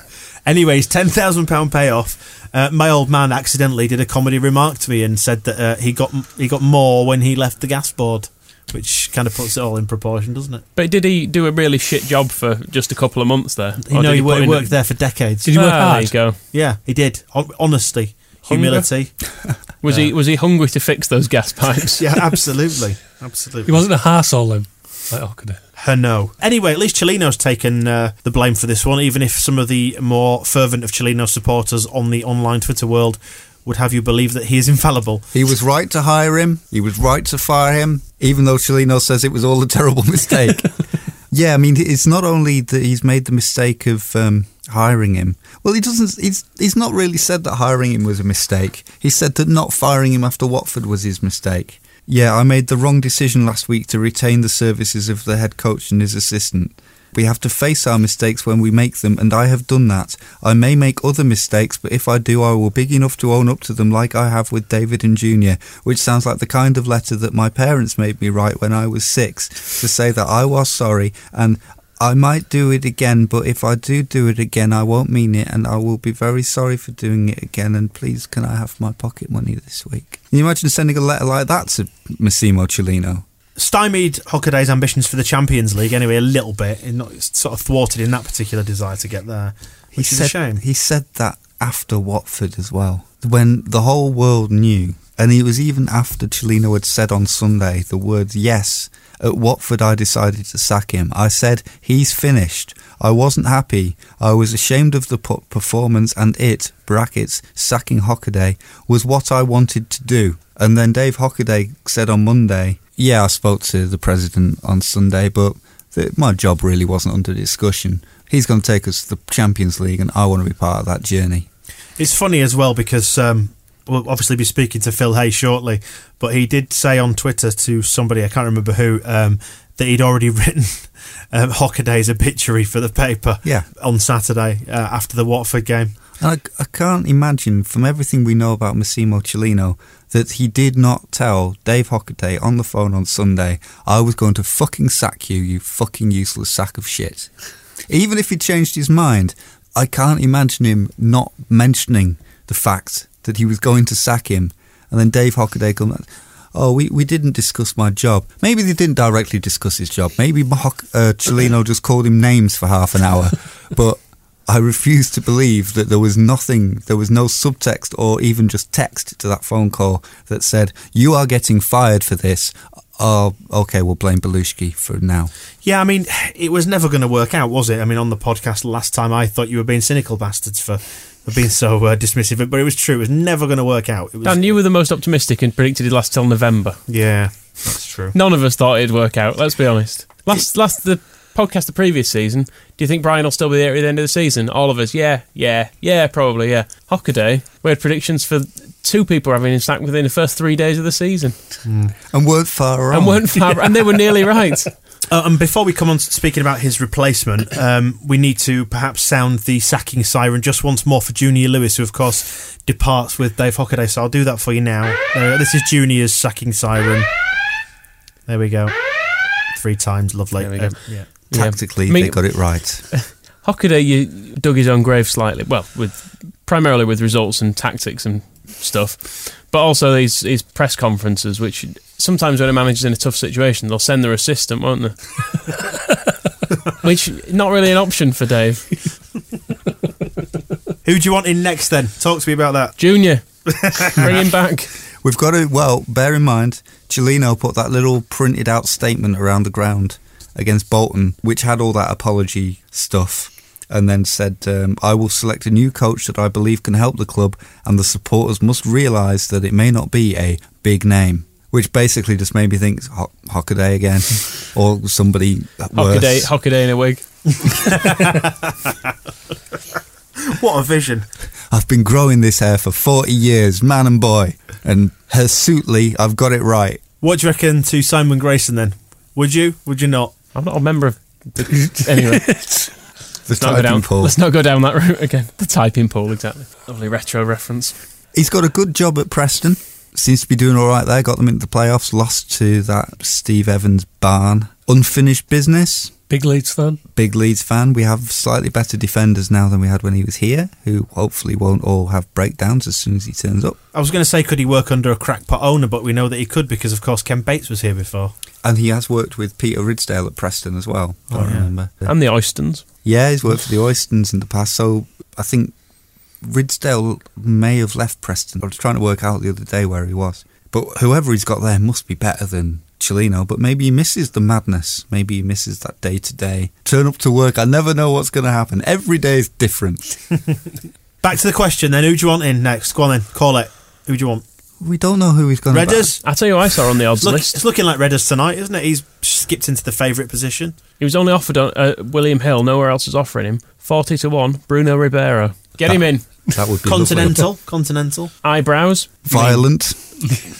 Speaker 2: Anyways, ten thousand pound payoff. Uh, my old man accidentally did a comedy remark to me and said that uh, he got he got more when he left the gas board, which kind of puts it all in proportion, doesn't it?
Speaker 3: but did he do a really shit job for just a couple of months there?
Speaker 2: You
Speaker 3: Or
Speaker 2: know,
Speaker 3: Oh, did
Speaker 2: he, wor-
Speaker 3: put
Speaker 2: he
Speaker 3: in-
Speaker 2: worked there for decades.
Speaker 5: Did he work
Speaker 3: Ah,
Speaker 5: hard?
Speaker 3: There you go.
Speaker 2: Yeah, he did. Hon- honesty,
Speaker 3: Hunger?
Speaker 2: humility.
Speaker 3: Was he was he hungry to fix those gas pipes?
Speaker 2: Yeah, absolutely,
Speaker 5: He
Speaker 2: absolutely.
Speaker 5: wasn't a harsehole then. Like, oh, could I?
Speaker 2: Her no. Anyway, at least Chilino's taken uh, the blame for this one, even if some of the more fervent of Chilino supporters on the online Twitter world would have you believe that he is infallible.
Speaker 4: he was right to hire him. He was right to fire him, even though Chilino says it was all a terrible mistake. yeah, I mean, it's not only that he's made the mistake of um, hiring him. Well, he doesn't. He's he's not really said that hiring him was a mistake. He said that not firing him after Watford was his mistake. Yeah, I made the wrong decision last week to retain the services of the head coach and his assistant. We have to face our mistakes when we make them, and I have done that. I may make other mistakes, but if I do, I will big enough to own up to them, like I have with David and Junior, which sounds like the kind of letter that my parents made me write when I was six to say that I was sorry and I might do it again, but if I do do it again, I won't mean it, and I will be very sorry for doing it again. And please, can I have my pocket money this week? Can you imagine sending a letter like that to Massimo Cellino?
Speaker 2: stymied Hockaday's ambitions for the Champions League anyway a little bit, and not it's sort of thwarted in that particular desire to get there, which is
Speaker 4: said,
Speaker 2: a shame.
Speaker 4: He said that after Watford as well, when the whole world knew, and it was even after Chelino had said on Sunday the words, "Yes, at Watford I decided to sack him." I said, "He's finished." I wasn't happy. I was ashamed of the po- performance, and it brackets sacking Hockaday was what I wanted to do. And then Dave Hockaday said on Monday, "Yeah, I spoke to the president on Sunday, but." that my job really wasn't under discussion. He's going to take us to the Champions League, and I want to be part of that journey.
Speaker 2: It's funny as well because um, we'll obviously be speaking to Phil Hay shortly, but he did say on Twitter to somebody I can't remember who um, that he'd already written um, Hockaday's obituary for the paper
Speaker 4: Yeah.
Speaker 2: on Saturday uh, after the Watford game.
Speaker 4: And I, I can't imagine, from everything we know about Massimo Cellino, that he did not tell Dave Hockaday on the phone on Sunday, I was going to fucking sack you, you fucking useless sack of shit. Even if he changed his mind, I can't imagine him not mentioning the fact that he was going to sack him. And then Dave Hockaday comes, oh, we, we didn't discuss my job. Maybe they didn't directly discuss his job. Maybe Hock, uh, Chelino just called him names for half an hour. but I refuse to believe that there was nothing, there was no subtext or even just text to that phone call that said, you are getting fired for this. Oh, okay, we'll blame Belushki for now.
Speaker 2: Yeah, I mean, it was never going to work out, was it? I mean, on the podcast last time, I thought you were being cynical bastards for, for being so uh, dismissive, of it, but it was true. It was never going to work out. It was,
Speaker 3: Dan, you were the most optimistic and predicted he'd last till November.
Speaker 2: Yeah, that's true.
Speaker 3: None of us thought it'd work out. Let's be honest. Last last the podcast the previous season. Do you think Brian will still be there at the end of the season? All of us, yeah, yeah, yeah, probably, yeah. Hockaday, we had predictions for two people having him sacked within the first three days of the season,
Speaker 4: And weren't far wrong.
Speaker 3: and
Speaker 2: Oh
Speaker 3: weren't far, and they were nearly right.
Speaker 2: Uh, and before we come on to speaking about his replacement, um, we need to perhaps sound the sacking siren just once more for Junior Lewis, who, of course, departs with Dave Hockaday. So I'll do that for you now. There we go. this is Junior's sacking siren. There we go. Three times. Lovely.
Speaker 3: There we go.
Speaker 2: Um, yeah.
Speaker 3: Yeah.
Speaker 4: Tactically,
Speaker 3: I mean,
Speaker 4: they got it right.
Speaker 3: Hockaday you dug his own grave slightly. Well, with primarily with results and tactics and stuff, but also these these press conferences, which sometimes when a manager's in a tough situation, they'll send their assistant, won't they? which not really an option for Dave
Speaker 2: Who do you want in next then? Talk to me about that.
Speaker 3: Junior. Bring him back.
Speaker 4: We've got to, well, bear in mind, Chelino put that little printed out statement around the ground against Bolton, which had all that apology stuff, and then said, um, I will select a new coach that I believe can help the club, and the supporters must realise that it may not be a big name. Which basically just made me think Ho- Hockaday again, or somebody worse.
Speaker 3: Hockaday, Hockaday in a wig.
Speaker 2: What a vision.
Speaker 4: I've been growing this hair for 40 years, man and boy. And hirsutely, I've got it right.
Speaker 2: What do you reckon to Simon Grayson then? Would you? Would you not?
Speaker 3: I'm not a member of. The, anyway,
Speaker 4: The
Speaker 3: let's not, go
Speaker 4: typing
Speaker 3: down,
Speaker 4: pool.
Speaker 3: let's not go down that route again. The typing pool, exactly. Lovely retro reference.
Speaker 4: He's got a good job at Preston. Seems to be doing all right there. Got them into the playoffs. Lost to that Steve Evans barn. Unfinished business.
Speaker 5: Big Leeds fan.
Speaker 4: Big Leeds fan. We have slightly better defenders now than we had when he was here, who hopefully won't all have breakdowns as soon as he turns up.
Speaker 2: I was going to say, could he work under a crackpot owner? But we know that he could because, of course, Ken Bates was here before.
Speaker 4: And he has worked with Peter Ridsdale at Preston as well.
Speaker 5: Oh,
Speaker 4: I remember.
Speaker 3: And the Oystons.
Speaker 4: Yeah, he's worked for the Oystons in the past. So I think Ridsdale may have left Preston. I was trying to work out the other day where he was. But whoever he's got there must be better than Chilino. But maybe he misses the madness. Maybe he misses that day to day. Turn up to work. I never know what's going to happen. Every day is different.
Speaker 2: Back to the question then. Who do you want in next? Go on then. Call it. Who do you want?
Speaker 4: We don't know who he's going to
Speaker 2: Redders?
Speaker 3: I tell you, what I saw on the odds
Speaker 2: Look,
Speaker 3: list.
Speaker 2: it's looking like Redders tonight, isn't it? He's skipped into the favourite position.
Speaker 3: He was only offered on uh, William Hill. Nowhere else is offering him. Forty to one. Bruno Ribeiro. Get
Speaker 4: Ah.
Speaker 3: him in.
Speaker 4: That would be lovely.
Speaker 2: Continental. Continental.
Speaker 3: Eyebrows.
Speaker 4: Violent,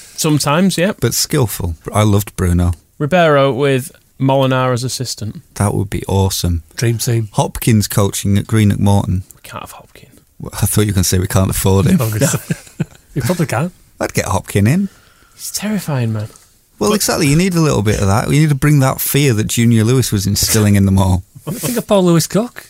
Speaker 3: Sometimes, yep.
Speaker 4: but skillful. I loved Bruno.
Speaker 3: Ribeiro with Molinar as assistant.
Speaker 4: That would be awesome.
Speaker 5: Dream team.
Speaker 4: Hopkins coaching at Greenock Morton.
Speaker 3: We can't have Hopkins.
Speaker 4: Well, I thought you were going to say we can't afford him.
Speaker 5: you probably can.
Speaker 4: I'd get Hopkin in.
Speaker 3: He's terrifying, man.
Speaker 4: Well, exactly. You need a little bit of that. You need to bring that fear that Junior Lewis was instilling in them all.
Speaker 5: I think of Paul Lewis Cook,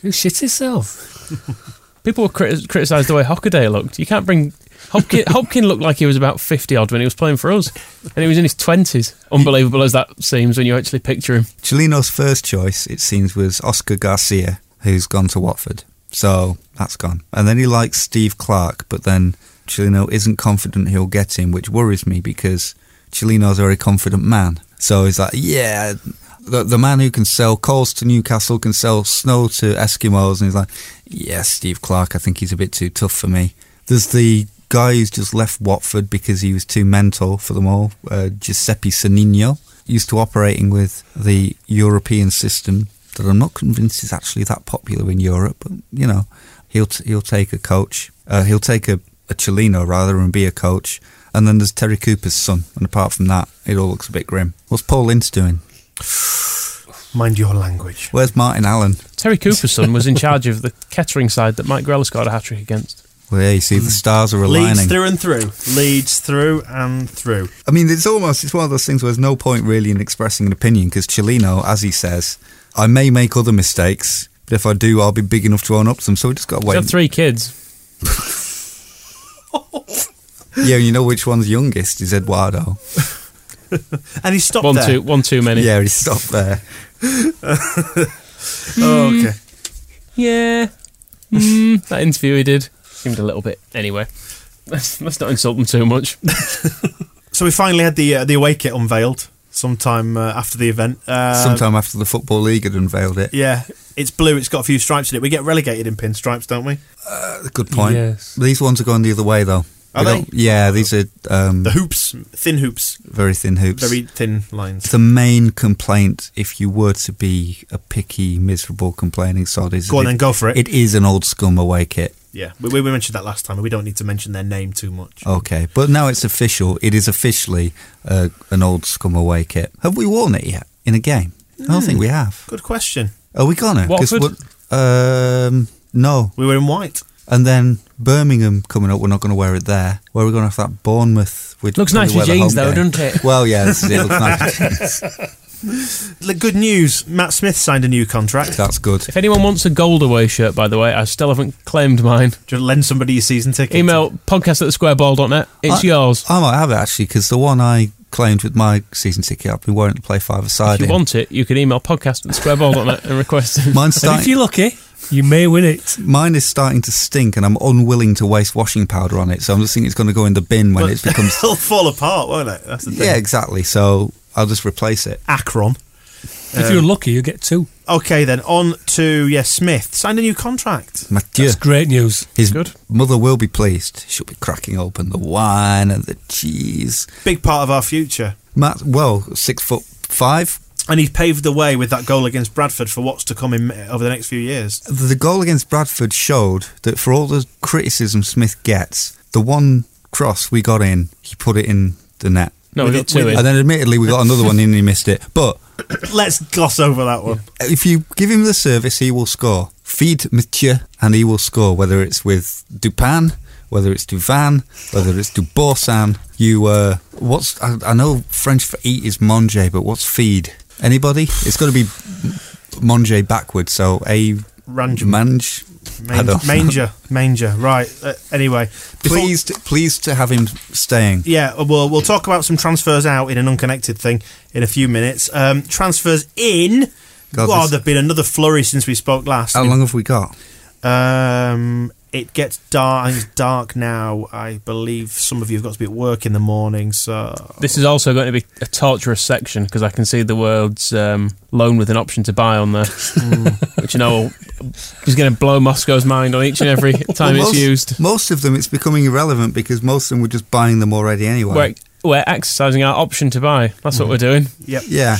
Speaker 5: who shit himself.
Speaker 3: People were criti- criticised the way Hockaday looked. You can't bring. Hopkin, Hopkin looked like he was about 50 odd when he was playing for us, and he was in his 20s. Unbelievable as that seems when you actually picture him.
Speaker 4: Chilino's first choice, it seems, was Oscar Garcia, who's gone to Watford. So that's gone. And then he likes Steve Clark, but then Chilino isn't confident he'll get him, which worries me because Chilino's a very confident man. So he's like, yeah, the, the man who can sell coals to Newcastle can sell snow to Eskimos. And he's like, yeah, Steve Clark, I think he's a bit too tough for me. There's the guy who's just left Watford because he was too mental for them all, uh, Giuseppe Sonino, used to operating with the European system that I'm not convinced is actually that popular in Europe. But, you know, he'll t- he'll take a coach, uh, he'll take a, a Chelino rather and be a coach. And then there's Terry Cooper's son. And apart from that, it all looks a bit grim. What's Paul Ince doing?
Speaker 2: Mind your language.
Speaker 4: Where's Martin Allen?
Speaker 3: Terry Cooper's son was in charge of the Kettering side that Mike Grella scored a hat trick against.
Speaker 4: Well, yeah, you see, the stars are aligning.
Speaker 2: Leads Mm. through and through. Leads through and through.
Speaker 4: I mean, it's almost it's one of those things where there's no point really in expressing an opinion because Chilino, as he says, I may make other mistakes, but if I do, I'll be big enough to own up to them. So we just got to
Speaker 3: He's
Speaker 4: wait.
Speaker 3: had three kids.
Speaker 4: Yeah, you know which one's youngest is Eduardo.
Speaker 2: And he stopped
Speaker 3: One
Speaker 2: there.
Speaker 3: too, one too many.
Speaker 4: Yeah, he stopped there.
Speaker 2: Oh, okay.
Speaker 3: Yeah. Mm, that interview he did seemed a little bit. Anyway, let's, let's not insult them too much.
Speaker 2: So we finally had the uh, the away kit unveiled sometime uh, after the event. Uh,
Speaker 4: Sometime after the Football League had unveiled it.
Speaker 2: Yeah, it's blue. It's got a few stripes in it. We get relegated in pinstripes, don't we?
Speaker 4: Uh, Good point.
Speaker 5: Yes.
Speaker 4: These ones are going the other way, though.
Speaker 2: Are
Speaker 4: don't-
Speaker 2: they?
Speaker 4: Yeah, these are um,
Speaker 2: The hoops, thin hoops,
Speaker 4: very thin hoops.
Speaker 2: very thin lines.
Speaker 4: the main complaint, if you were to be a picky, miserable, complaining sod, is
Speaker 2: Go
Speaker 4: that
Speaker 2: on then, go for it.
Speaker 4: It is an old scum away kit.
Speaker 2: Yeah, we, we mentioned that last time. and We don't need to mention their name too much.
Speaker 4: Okay, but now it's official. It is officially uh, an old scum away kit. Have we worn it yet in a game? I don't think we have.
Speaker 2: Good question.
Speaker 4: Are we gonna? 'Cause
Speaker 3: Hmm. Watford?
Speaker 4: we're- Um, no.
Speaker 2: We were in white.
Speaker 4: And then Birmingham coming up. We're not going to wear it there. Where are we going to have that Bournemouth? We'd
Speaker 3: Looks
Speaker 4: probably
Speaker 3: nice with
Speaker 4: wear the
Speaker 3: jeans though,
Speaker 4: home game.
Speaker 3: doesn't it?
Speaker 4: Well, yeah, this is it. Looks nice with jeans.
Speaker 2: The good news Matt Smith signed a new contract.
Speaker 4: That's good.
Speaker 3: If anyone wants a gold away shirt, by the way, I still haven't claimed mine.
Speaker 2: Just lend somebody your season ticket.
Speaker 3: Email podcast at squareball.net. It's
Speaker 4: I-
Speaker 3: yours.
Speaker 4: I might have it actually because the one I claimed with my season ticket, I've been wanting to play five
Speaker 3: If
Speaker 4: aside.
Speaker 3: you want it, you can email podcast at squareball.net and request it.
Speaker 4: Mine's
Speaker 5: And if
Speaker 4: starting.
Speaker 5: you're lucky, you may win it.
Speaker 4: Mine is starting to stink, and I'm unwilling to waste washing powder on it. So I'm just thinking it's going to go in the bin when it becomes.
Speaker 2: It'll fall apart, won't it? That's the thing.
Speaker 4: yeah, exactly. So I'll just replace it.
Speaker 2: Akron.
Speaker 5: If
Speaker 2: Um,
Speaker 5: you're lucky, you get two.
Speaker 2: Okay, then on to yes, Smith signed a new contract.
Speaker 4: Mathieu,
Speaker 5: That's great news.
Speaker 4: his
Speaker 3: good.
Speaker 4: mother will be pleased. She'll be cracking open the wine and the cheese.
Speaker 2: Big part of our future.
Speaker 4: Matt, well, six foot five.
Speaker 2: And he paved the way with that goal against Bradford for what's to come in over the next few years.
Speaker 4: The goal against Bradford showed that for all the criticism Smith gets, the one cross we got in, he put it in the net.
Speaker 3: No, we got two in.
Speaker 4: And then admittedly, we got another one in and he missed it. But
Speaker 2: Let's gloss over that one.
Speaker 4: if you give him the service, he will score. Feed Mathieu and he will score, whether it's with Dupin, whether it's Duvan, whether it's Duborsan. You, uh, what's, I, I know French for eat is manger, but what's feed? Anybody? It's got to be manger backwards, so a.
Speaker 2: Range-
Speaker 4: Mange. I
Speaker 2: Manger,
Speaker 4: don't know.
Speaker 2: manger, manger. Right. Uh, anyway, before-
Speaker 4: Pleased, pleased to have him staying.
Speaker 2: Yeah, uh, well, we'll talk about some transfers out in an unconnected thing in a few minutes. Um, transfers in.
Speaker 4: God,
Speaker 2: well,
Speaker 4: this-
Speaker 2: there've been another flurry since we spoke last.
Speaker 4: How long have we got?
Speaker 2: Um, it gets dark. It's dark now. I believe some of you have got to be at work in the morning. So
Speaker 3: This is also going to be a torturous section because I can see the words um, loan with an option to buy on there,
Speaker 4: Mm.
Speaker 3: which you know is going to blow Moscow's mind on each and every time
Speaker 4: Well,
Speaker 3: it's
Speaker 4: most,
Speaker 3: used.
Speaker 4: Most of them, it's becoming irrelevant because most of them we're just buying them already anyway.
Speaker 3: We're, we're exercising our option to buy. That's what we're doing.
Speaker 2: yep.
Speaker 4: Yeah,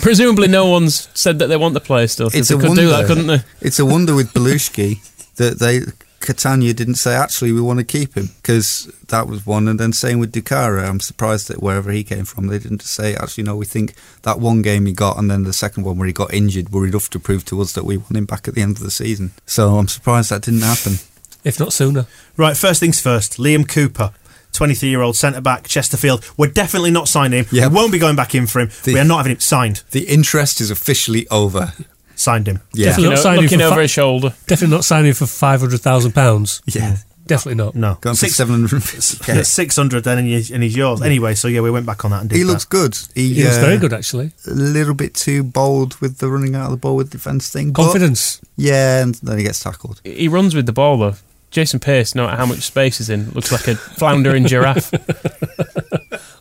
Speaker 3: Presumably, no one's said that they want the player still. 'cause
Speaker 4: it's
Speaker 3: they
Speaker 4: a
Speaker 3: could
Speaker 4: wonder.
Speaker 3: do that, couldn't they?
Speaker 4: It's a wonder with Belushki that they Catania didn't say actually we want to keep him because that was one, and then same with Dukara. I'm surprised that wherever he came from, they didn't say actually no. We think that one game he got, and then the second one where he got injured, were enough to prove to us that we want him back at the end of the season. So I'm surprised that didn't happen.
Speaker 5: If not sooner.
Speaker 2: Right. First things first. Liam Cooper. 23 year old centre back, Chesterfield. We're definitely not signing him.
Speaker 4: Yeah.
Speaker 2: We won't be going back in for him.
Speaker 4: The-
Speaker 2: we are not having him signed.
Speaker 4: The interest is officially over.
Speaker 2: Signed him.
Speaker 4: Yeah,
Speaker 3: You
Speaker 5: Definitely. Not
Speaker 3: know,
Speaker 5: signing
Speaker 3: looking
Speaker 5: for
Speaker 3: over
Speaker 5: fa-
Speaker 3: his shoulder.
Speaker 5: Definitely not signing for five hundred thousand pounds.
Speaker 4: yeah.
Speaker 5: Definitely not.
Speaker 2: No.
Speaker 4: Going for
Speaker 2: Six-
Speaker 4: seven hundred and fifty.
Speaker 2: That's 600 then, and, he, and he's yours. Anyway, so yeah, we went back on that and did
Speaker 4: He
Speaker 2: that.
Speaker 4: looks good. He,
Speaker 5: He was
Speaker 4: uh,
Speaker 5: very good actually.
Speaker 4: A little bit too bold with the running out of the ball with defence thing. but-
Speaker 5: Confidence.
Speaker 4: yeah, and then he gets tackled.
Speaker 3: He runs with the ball though. Jason Pierce, no matter how much space is in, looks like a floundering giraffe.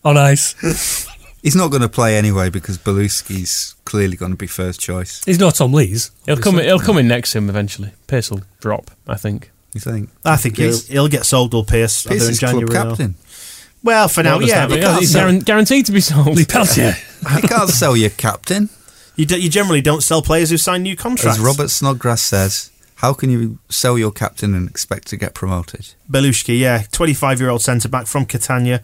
Speaker 5: on ice.
Speaker 4: He's not going to play anyway because Beluski's clearly going to be first choice.
Speaker 5: He's not Tom Lee's.
Speaker 3: He'll come. in- He'll come in next to him eventually. Pierce will drop, I think.
Speaker 4: You think?
Speaker 2: I think he'll,
Speaker 4: Pierce-
Speaker 2: he'll get sold, will Pierce,
Speaker 4: Pierce
Speaker 2: either in
Speaker 4: is club
Speaker 2: January. or-
Speaker 4: captain.
Speaker 2: Well, for now,
Speaker 3: What does
Speaker 2: yeah.
Speaker 3: that mean?
Speaker 2: you can't
Speaker 3: He's
Speaker 2: sell-
Speaker 3: guaran- guaranteed to be sold.
Speaker 5: Peltier.
Speaker 4: you can't sell your captain.
Speaker 2: You, do, you generally don't sell players who sign new contracts.
Speaker 4: As Robert Snodgrass says, how can you sell your captain and expect to get promoted?
Speaker 2: Belushki, yeah, 25 year old centre back from Catania,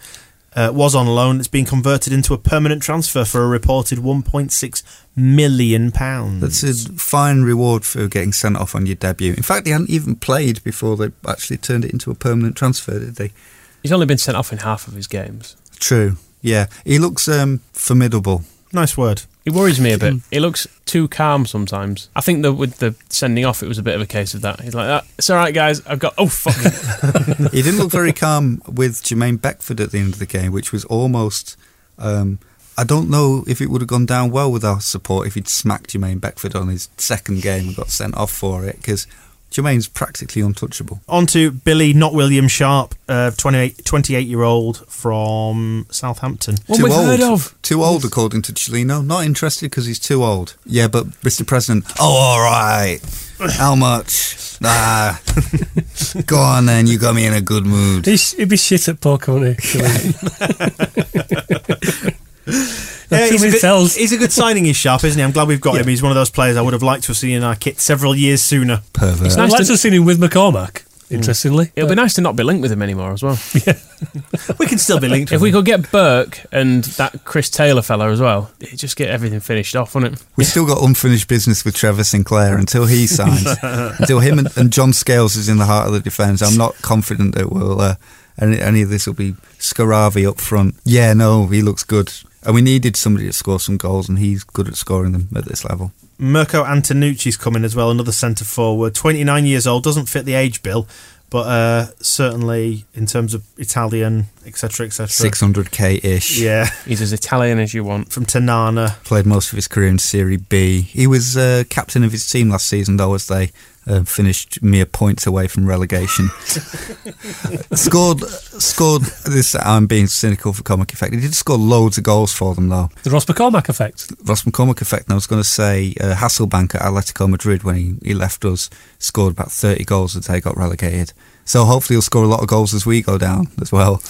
Speaker 2: uh, was on loan. It's been converted into a permanent transfer for a reported 1.6 million pounds.
Speaker 4: That's a fine reward for getting sent off on your debut. In fact, he hadn't even played before they actually turned it into a permanent transfer, did they?
Speaker 3: He's only been sent off in half of his games.
Speaker 4: True. Yeah, he looks um, formidable.
Speaker 2: nice word.
Speaker 3: He worries me a bit. He looks too calm sometimes. I think that with the sending off, it was a bit of a case of that. He's like, "Ah, "It's all right, guys. I've got." Oh fuck!
Speaker 4: he didn't look very calm with Jermaine Beckford at the end of the game, which was almost. Um, I don't know if it would have gone down well with our support if he'd smacked Jermaine Beckford on his second game and got sent off for it because Jermaine's practically untouchable.
Speaker 2: On to Billy, not William Sharp, uh, 28 year old from Southampton.
Speaker 3: One we've
Speaker 4: old.
Speaker 3: heard of.
Speaker 4: Too old, according to Chilino. Not interested because he's too old. Yeah, but Mr. President. Oh, all right. How much? Ah, go on then. You got me in a good mood.
Speaker 5: He's, he'd be shit at poker, wouldn't he?
Speaker 2: Yeah,
Speaker 5: Not too
Speaker 2: he's, a
Speaker 5: many
Speaker 2: good,
Speaker 5: tells.
Speaker 2: he's a good signing, he's sharp, isn't he? I'm glad we've got him. He's one of those players I would have liked to have seen in our kit several years sooner.
Speaker 4: Pervert.
Speaker 5: I'd
Speaker 3: Nice
Speaker 5: like
Speaker 3: to-
Speaker 5: to have seen him with McCormack,
Speaker 2: Mm.
Speaker 5: interestingly.
Speaker 3: It'll be nice to not be linked with him anymore as well.
Speaker 2: We can still be linked.
Speaker 3: if
Speaker 2: with
Speaker 3: we
Speaker 2: him.
Speaker 3: could get Burke and that Chris Taylor fella as well, it'd just get everything finished off, wouldn't it?
Speaker 4: We've still got unfinished business with Trevor Sinclair until he signs. until him and, and John Scales is in the heart of the defence. I'm not confident that we'll uh, any, any of this will be Scaravi up front. Yeah, no, he looks good. And we needed somebody to score some goals, and he's good at scoring them at this level.
Speaker 2: Mirko Antonucci's coming as well, another centre forward, 29 years old, doesn't fit the age bill, but uh, certainly in terms of Italian, etc., etc.
Speaker 4: 600k ish.
Speaker 2: Yeah,
Speaker 3: He's as Italian as you want.
Speaker 2: from Tanana.
Speaker 4: Played most of his career in Serie B. He was uh, captain of his team last season, though, as they uh, finished mere points away from relegation. scored, scored. This I'm being cynical for comic effect. He did score loads of goals for them, though.
Speaker 5: The Ross McCormack effect.
Speaker 4: Ross McCormick effect. And I was going to say uh, Hasselbank at Atletico Madrid when he, he left us scored about 30 goals as they got relegated. So hopefully he'll score a lot of goals as we go down as well.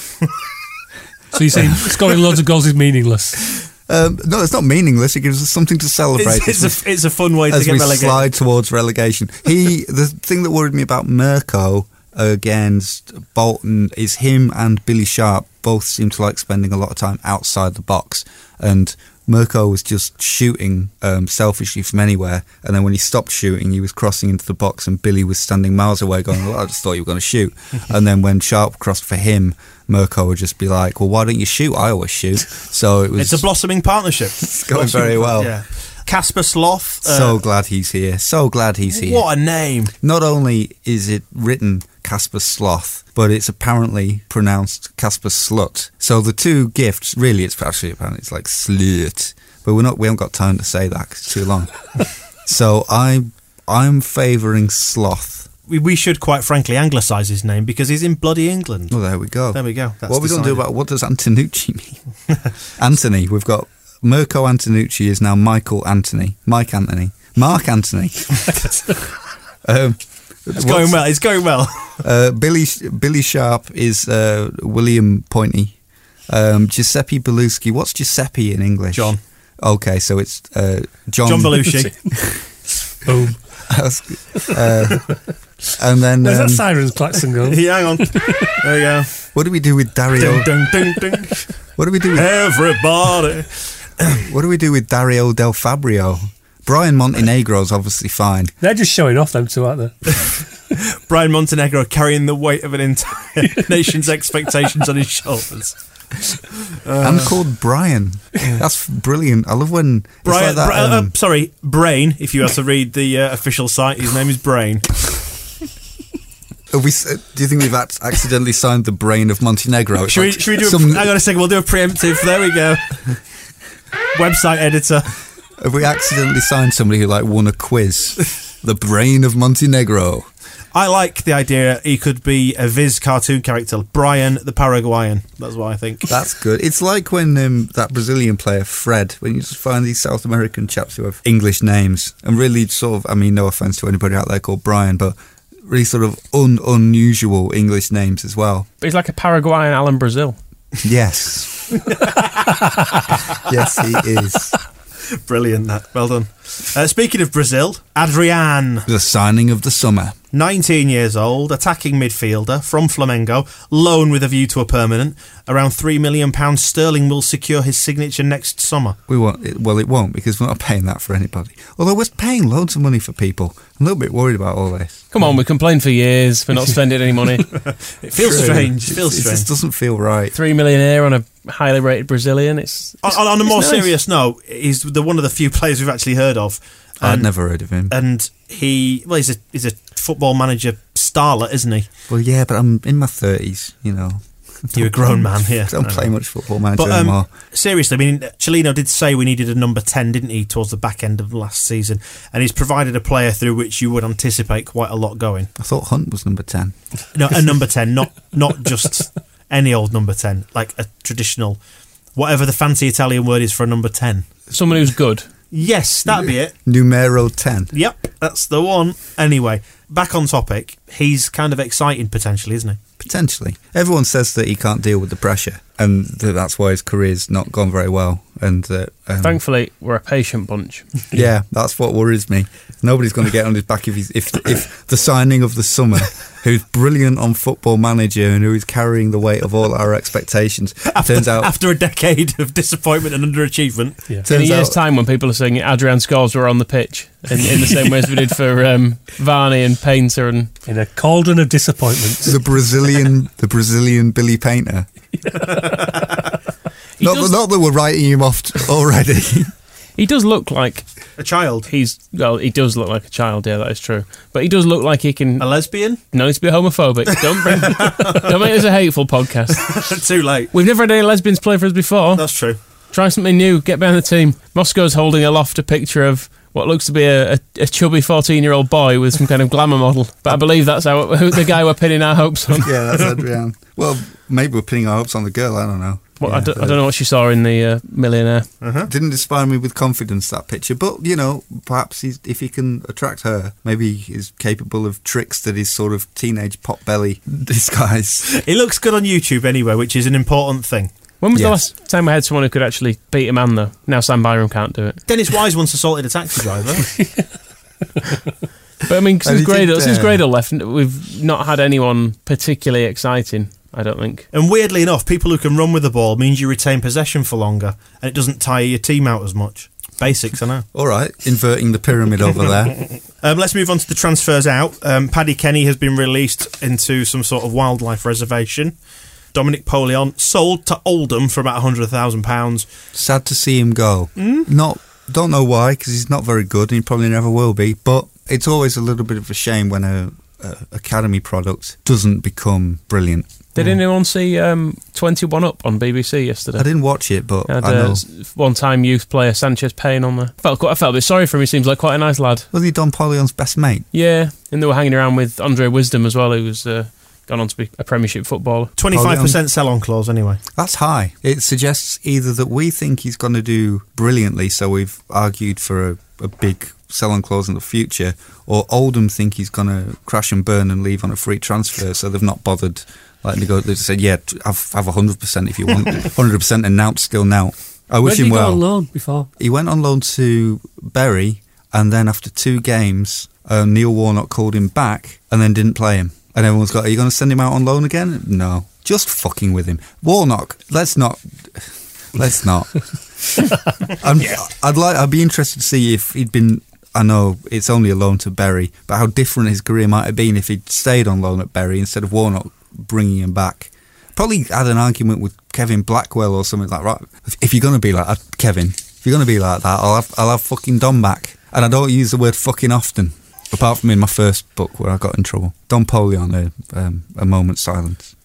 Speaker 5: So you're saying scoring loads of goals is meaningless?
Speaker 4: Um, no, it's not meaningless. It gives us something to celebrate.
Speaker 2: It's,
Speaker 4: doesn't
Speaker 2: it's, a, it's a fun way
Speaker 4: as
Speaker 2: to get
Speaker 4: we
Speaker 2: relegated.
Speaker 4: slide towards relegation. He, the thing that worried me about Mirko against Bolton is him and Billy Sharp both seem to like spending a lot of time outside the box, and Mirko was just shooting um, selfishly from anywhere, and then when he stopped shooting, he was crossing into the box, and Billy was standing miles away, going, well, "I just thought you were going to shoot," and then when Sharp crossed for him. Mirko would just be like, "Well, why don't you shoot? I always shoot." So it was
Speaker 2: It's a blossoming partnership. it's
Speaker 4: going very well.
Speaker 2: Yeah. Casper Sloth. uh,
Speaker 4: so glad he's here. So glad he's here.
Speaker 2: what a name.
Speaker 4: Not only is it written Casper Sloth, but it's apparently pronounced Casper Slut. So the two gifts, really, it's actually apparently it's like slut, but we're not. We haven't got time to say that 'cause it's too long. so I, I'm favouring Sloth.
Speaker 2: We, we should quite frankly anglicise his name because he's in bloody England.
Speaker 4: Well, Oh, there we go.
Speaker 2: There we go. That's
Speaker 4: what are we going to do
Speaker 2: decided.
Speaker 4: about what does Antonucci mean? Anthony, we've got Mirko Antonucci is now Michael Anthony, Mike Anthony, Mark Anthony. um,
Speaker 2: It's going well. It's going well.
Speaker 4: Uh, Billy Billy Sharp is uh, William Pointy. Um, Giuseppe Belushi. What's Giuseppe in English?
Speaker 2: John.
Speaker 4: Okay, so it's uh, John.
Speaker 2: John Belushi.
Speaker 5: Boom.
Speaker 4: Uh, and then
Speaker 5: There's
Speaker 4: um,
Speaker 5: that sirens klaxon go?
Speaker 2: Yeah, Hang on. There we go.
Speaker 4: what do we do with Dario?
Speaker 2: Ding, ding, ding, ding.
Speaker 4: What do we do? With,
Speaker 2: Everybody.
Speaker 4: what do we do with Dario Del Fabrio? Brian Montenegro's obviously fine.
Speaker 5: They're just showing off them two, aren't they?
Speaker 2: Brian Montenegro carrying the weight of an entire nation's expectations on his shoulders. Uh.
Speaker 4: I'm called Brian. That's brilliant. I love when it's
Speaker 2: Brian,
Speaker 4: like that,
Speaker 2: Bra- uh,
Speaker 4: um,
Speaker 2: sorry, Brain. If you have to read the uh, official site, his name is Brain.
Speaker 4: Have we, s- uh, do you think we've ac- accidentally signed the brain of Montenegro? It's
Speaker 2: Should we,
Speaker 4: like
Speaker 2: should we do?
Speaker 4: some-
Speaker 2: a, hang on a second. We'll do a preemptive. There we go. Website editor.
Speaker 4: Have we accidentally signed somebody who like won a quiz? the brain of Montenegro.
Speaker 2: I like the idea. He could be a Viz cartoon character, Brian the Paraguayan. That's what I think.
Speaker 4: That's good. It's like when um, that Brazilian player Fred, when you just find these South American chaps who have English names and really sort of, I mean, no offense to anybody out there called Brian, but really sort of un unusual English names as well.
Speaker 3: But he's like a Paraguayan Alan Brazil.
Speaker 4: Yes. yes, he is.
Speaker 2: Brilliant. That. Well done. Uh, speaking of Brazil, Adrian,
Speaker 4: The signing of the summer.
Speaker 2: 19 years old, attacking midfielder from Flamengo, loan with a view to a permanent. Around three million pounds sterling will secure his signature next summer.
Speaker 4: We won't. It, well, it won't because we're not paying that for anybody. Although we're paying loads of money for people. I'm a little bit worried about all this.
Speaker 3: Come on, we complained for years for not spending any money.
Speaker 2: It feels
Speaker 4: True.
Speaker 2: strange. It
Speaker 4: It's-
Speaker 2: feels
Speaker 4: it
Speaker 2: strange.
Speaker 4: just doesn't feel right.
Speaker 3: Three millionaire on a highly rated Brazilian. It's,
Speaker 2: On,
Speaker 3: it's-
Speaker 2: on a
Speaker 3: it's
Speaker 2: more
Speaker 3: nice.
Speaker 2: serious note, he's the one of the few players we've actually heard of.
Speaker 4: I'd
Speaker 2: And,
Speaker 4: never heard of him.
Speaker 2: and he, well, he's a he's a football manager starlet, isn't he?
Speaker 4: well, yeah, but I'm in my thirties. You know,
Speaker 2: You're a grown man here.
Speaker 4: I don't play much football manager
Speaker 2: But um,
Speaker 4: anymore.
Speaker 2: seriously, I mean, Chelino did say we needed a number 10, didn't he, towards the back end of last season? And he's provided a player through which you would anticipate quite a lot going.
Speaker 4: I thought Hunt was number ten.
Speaker 2: No, a number 10, not, not just any old number 10, like a traditional, whatever the fancy Italian word is for a number 10.
Speaker 3: Someone who's good.
Speaker 2: Yes, that'd be it.
Speaker 4: Numero ten.
Speaker 2: Yep, that's the one. Anyway, back on topic, he's kind of exciting potentially, isn't he?
Speaker 4: Potentially, everyone says that he can't deal with the pressure, and that that's why his career's not gone very well. And that, um,
Speaker 3: Thankfully, we're a patient bunch.
Speaker 4: yeah, that's what worries me. Nobody's going to get on his back if he's if if the signing of the summer, who's brilliant on football manager and who is carrying the weight of all our expectations, turns out
Speaker 2: After a decade of disappointment and underachievement,
Speaker 3: In a
Speaker 4: turns
Speaker 3: year's
Speaker 4: out
Speaker 3: time, when people are saying Adrian Scores were on the pitch, in, in the same way as we did for um, Varney and Painter and
Speaker 5: In a cauldron of disappointment.
Speaker 4: the Brazilian the Brazilian Billy Painter.
Speaker 3: He,
Speaker 4: not,
Speaker 3: does,
Speaker 4: that, not that we're writing him off t- already.
Speaker 3: he does look like
Speaker 2: A child.
Speaker 3: he's well. He does look like a child. Yeah, that is true. But he does look like he can.
Speaker 2: A lesbian?
Speaker 3: No, it's a bit homophobic. Don't bring. don't make this a hateful podcast.
Speaker 2: Too late.
Speaker 3: We've never had any lesbians play for us before.
Speaker 2: That's true.
Speaker 3: Try something new. Get behind the team. Moscow's holding aloft a picture of what looks to be a, a, a chubby 14 year old boy with some kind of glamour model. But I believe that's how, who the guy we're pinning our hopes on.
Speaker 4: yeah, that's Adrian. Well, maybe we're pinning our hopes on the girl. I don't know.
Speaker 3: Well, I,
Speaker 4: Yeah,
Speaker 3: don't, I
Speaker 4: but-
Speaker 3: don't know what she saw in the uh, millionaire.
Speaker 4: Didn't inspire me with confidence that picture, but you know, perhaps he's, if he can attract her, maybe he's capable of tricks that is sort of teenage pot belly disguise.
Speaker 2: It looks good on YouTube anyway, which is an important thing.
Speaker 3: When was the
Speaker 4: Yeah.
Speaker 3: last time I had someone who could actually beat a man, though? Now Sam Byram can't do it.
Speaker 2: Dennis Wise once assaulted a taxi driver.
Speaker 3: But I mean, since
Speaker 4: he did,
Speaker 3: Gradle, since
Speaker 4: uh,
Speaker 3: Gradle left, we've not had anyone particularly exciting, I don't think.
Speaker 2: and weirdly enough, people who can run with the ball means you retain possession for longer and it doesn't tire your team out as much. Basics, I know.
Speaker 4: All right, inverting the pyramid over there.
Speaker 2: Um, let's move on to the transfers out. Um, Paddy Kenny has been released into some sort of wildlife reservation. Dominic Polion sold to Oldham for about £100,000.
Speaker 4: Sad to see him go. Not, don't know why, because he's not very good, and he probably never will be. But it's always a little bit of a shame when a, a academy product doesn't become brilliant.
Speaker 3: Did anyone see um, 21 Up on BBC yesterday?
Speaker 4: Hmm. I didn't watch it, but
Speaker 3: Had
Speaker 4: I know.
Speaker 3: uh, one time youth player Sanchez Payne on there. Felt quite, I felt a bit sorry for him. He seems like quite a nice lad.
Speaker 4: Was he Don Polion's best mate?
Speaker 3: Yeah, and they were hanging around with Andre Wisdom as well, who's uh, gone on to be a Premiership footballer.
Speaker 2: 25% sell on clause, anyway.
Speaker 4: That's high. It suggests either that we think he's going to do brilliantly, so we've argued for a, a big sell-on clause in the future, or Oldham think he's going to crash and burn and leave on a free transfer, so they've not bothered. Like they go, they said, yeah, t- have have hundred percent if you want, hundred percent, and now still now. I wish
Speaker 5: Where did
Speaker 4: him
Speaker 5: he go
Speaker 4: well.
Speaker 5: on loan before?
Speaker 4: He went on loan to Bury, and then after two games, um, Neil Warnock called him back and then didn't play him. And everyone's got, are you going to send him out on loan again? No, just fucking with him. Warnock, let's not, let's not. I'm, I'd like, I'd be interested to see if he'd been. I know it's only a loan to Bury, but how different his career might have been if he'd stayed on loan at Bury instead of Warnock bringing him back. Probably had an argument with Kevin Blackwell or something like right. If, if you're going to be like that, Kevin, if you're going to be like that, I'll have I'll have fucking Don back. And I don't use the word fucking often, apart from in my first book where I got in trouble. Don Polion, a, um, a moment's silence.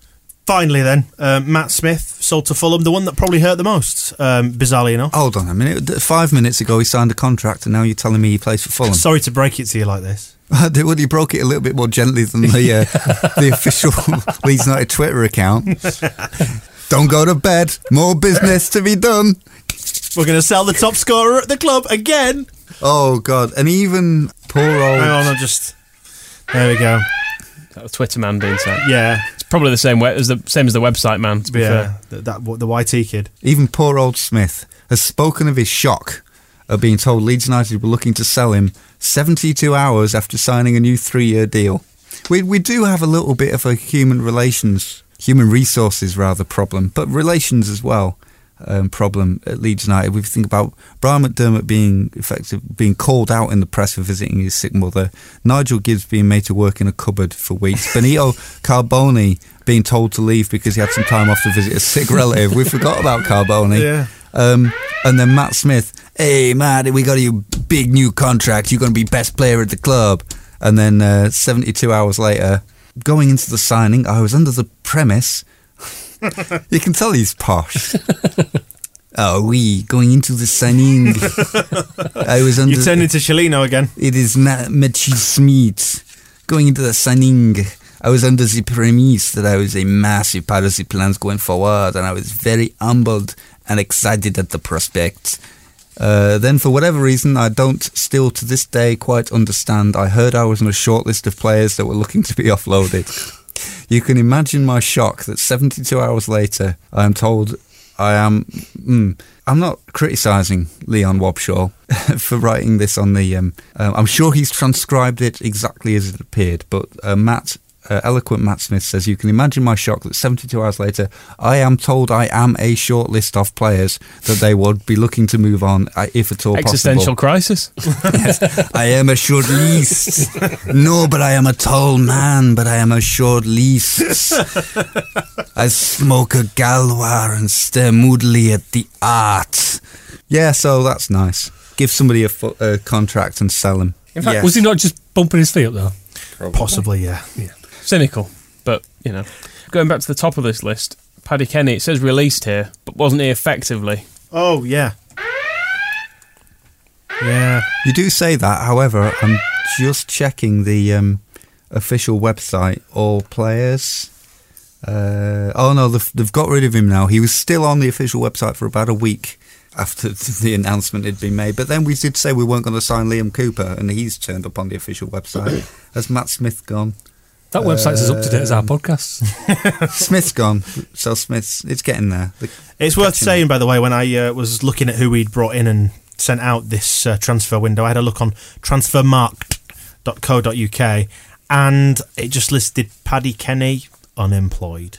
Speaker 2: Finally, then, um, Matt Smith sold to Fulham, the one that probably hurt the most, um, bizarrely enough.
Speaker 4: Hold on a minute. D- Five minutes ago he signed a contract, and now you're telling me he plays for Fulham.
Speaker 2: Sorry to break it to you like this.
Speaker 4: Well, you broke it a little bit more gently than the uh, the official Leeds United Twitter account. Don't go to bed. More business to be done.
Speaker 2: We're going to sell the top scorer at the club again.
Speaker 4: Oh God! And even poor
Speaker 2: Hang
Speaker 4: old
Speaker 2: on, I'll just. There we go.
Speaker 3: That was Twitter man being said.
Speaker 2: Yeah,
Speaker 3: It's probably the same way as the same as the website man. To be fair,
Speaker 2: yeah. That, that the YT kid.
Speaker 4: even poor old Smith has spoken of his shock at being told Leeds United were looking to sell him 72 hours after signing a new three-year deal. We we do have a little bit of a human relations, human resources rather problem, but relations as well. um, problem at Leeds United. We think about Brian McDermott being effective, being called out in the press for visiting his sick mother, Nigel Gibbs being made to work in a cupboard for weeks, Benito Carboni being told to leave because he had some time off to visit a sick relative. We forgot about Carboni.
Speaker 2: Yeah.
Speaker 4: Um, and then Matt Smith, hey, Matt, we got you big new contract. You're going to be best player at the club. And then uh, 72 hours later, going into the signing, I was under the premise. you can tell he's posh. Oh, we going into the signing. I was under.
Speaker 2: You turned into Chelino again.
Speaker 4: it is not Matthew Smith. Going into the signing, I was under the premise that I was a massive part of the plans going forward, and I was very humbled and excited at the prospect. Uh, then, for whatever reason, I don't still to this day quite understand. I heard I was on a short list of players that were looking to be offloaded. You can imagine my shock that 72 hours later, I am told I am. Mm, I'm not criticising Leon Wabshaw for writing this on the. Um, um, I'm sure he's transcribed it exactly as it appeared, but uh, Matt uh, eloquent Matt Smith says, You can imagine my shock that 72 hours later, I am told I am a short list of players that they would be looking to move on, uh, if at all
Speaker 3: Existential
Speaker 4: possible.
Speaker 3: crisis.
Speaker 4: I am a short lease. No, but I am a tall man, but I am a short lease. I smoke a galwar and stare moodily at the art. Yeah, so that's nice. Give somebody a, fu- a contract and sell them.
Speaker 5: In fact, was he not just bumping his feet up though?
Speaker 2: Possibly, yeah.
Speaker 3: Cynical, but you know. Going back to the top of this list, Paddy Kenny. It says released here, but wasn't he effectively?
Speaker 2: Oh, yeah. Yeah.
Speaker 4: You do say that, however, I'm just checking the um, official website, all players. Uh, oh no, they've, they've got rid of him now. He was still on the official website for about a week after the announcement had been made. But then we did say we weren't going to sign Liam Cooper, and he's turned up on the official website. Has Matt Smith gone?
Speaker 5: That website's as up to date as our podcast.
Speaker 4: Smith's gone. So Smith's, it's getting there. The-
Speaker 2: It's worth
Speaker 4: catching
Speaker 2: saying, by the way, when I uh, was looking at who we'd brought in and sent out this uh, transfer window, I had a look on transfermarkt.co.uk and it just listed Paddy Kenny unemployed.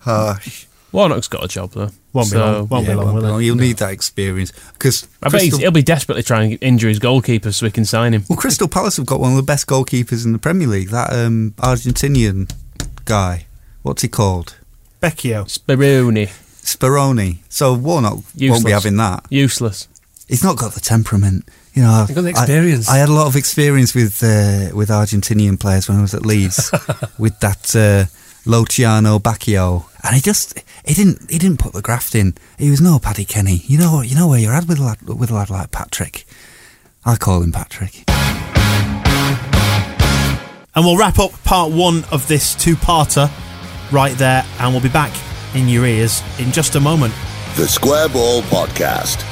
Speaker 4: Harsh.
Speaker 3: Warnock's got a job though.
Speaker 2: Won't be
Speaker 3: So-
Speaker 2: long. Won't be
Speaker 4: Yeah,
Speaker 2: long,
Speaker 4: well,
Speaker 2: will it?
Speaker 4: you'll need that experience because
Speaker 3: I bet he's, he'll be desperately trying to injure his goalkeepers so we can sign him.
Speaker 4: Well, Crystal Palace have got one of the best goalkeepers in the Premier League. That um, Argentinian guy, what's he called?
Speaker 2: Becchio.
Speaker 3: Spironi,
Speaker 4: Speroni. So Warnock won't be
Speaker 3: Useless.
Speaker 4: having that.
Speaker 3: useless.
Speaker 4: He's not got the temperament. You know,
Speaker 5: He's got the
Speaker 4: I-
Speaker 5: experience.
Speaker 4: I, had a lot of experience with uh, with Argentinian players when I was at Leeds with that uh, Luciano Bacchio, and he just he didn't he didn't put the graft in. He was no Paddy Kenny. You know you know where you're at with a lad, with a lad like Patrick. I call him Patrick.
Speaker 2: And we'll wrap up part one of this two parter right there, and we'll be back in your ears in just a moment.
Speaker 1: The Square Ball Podcast.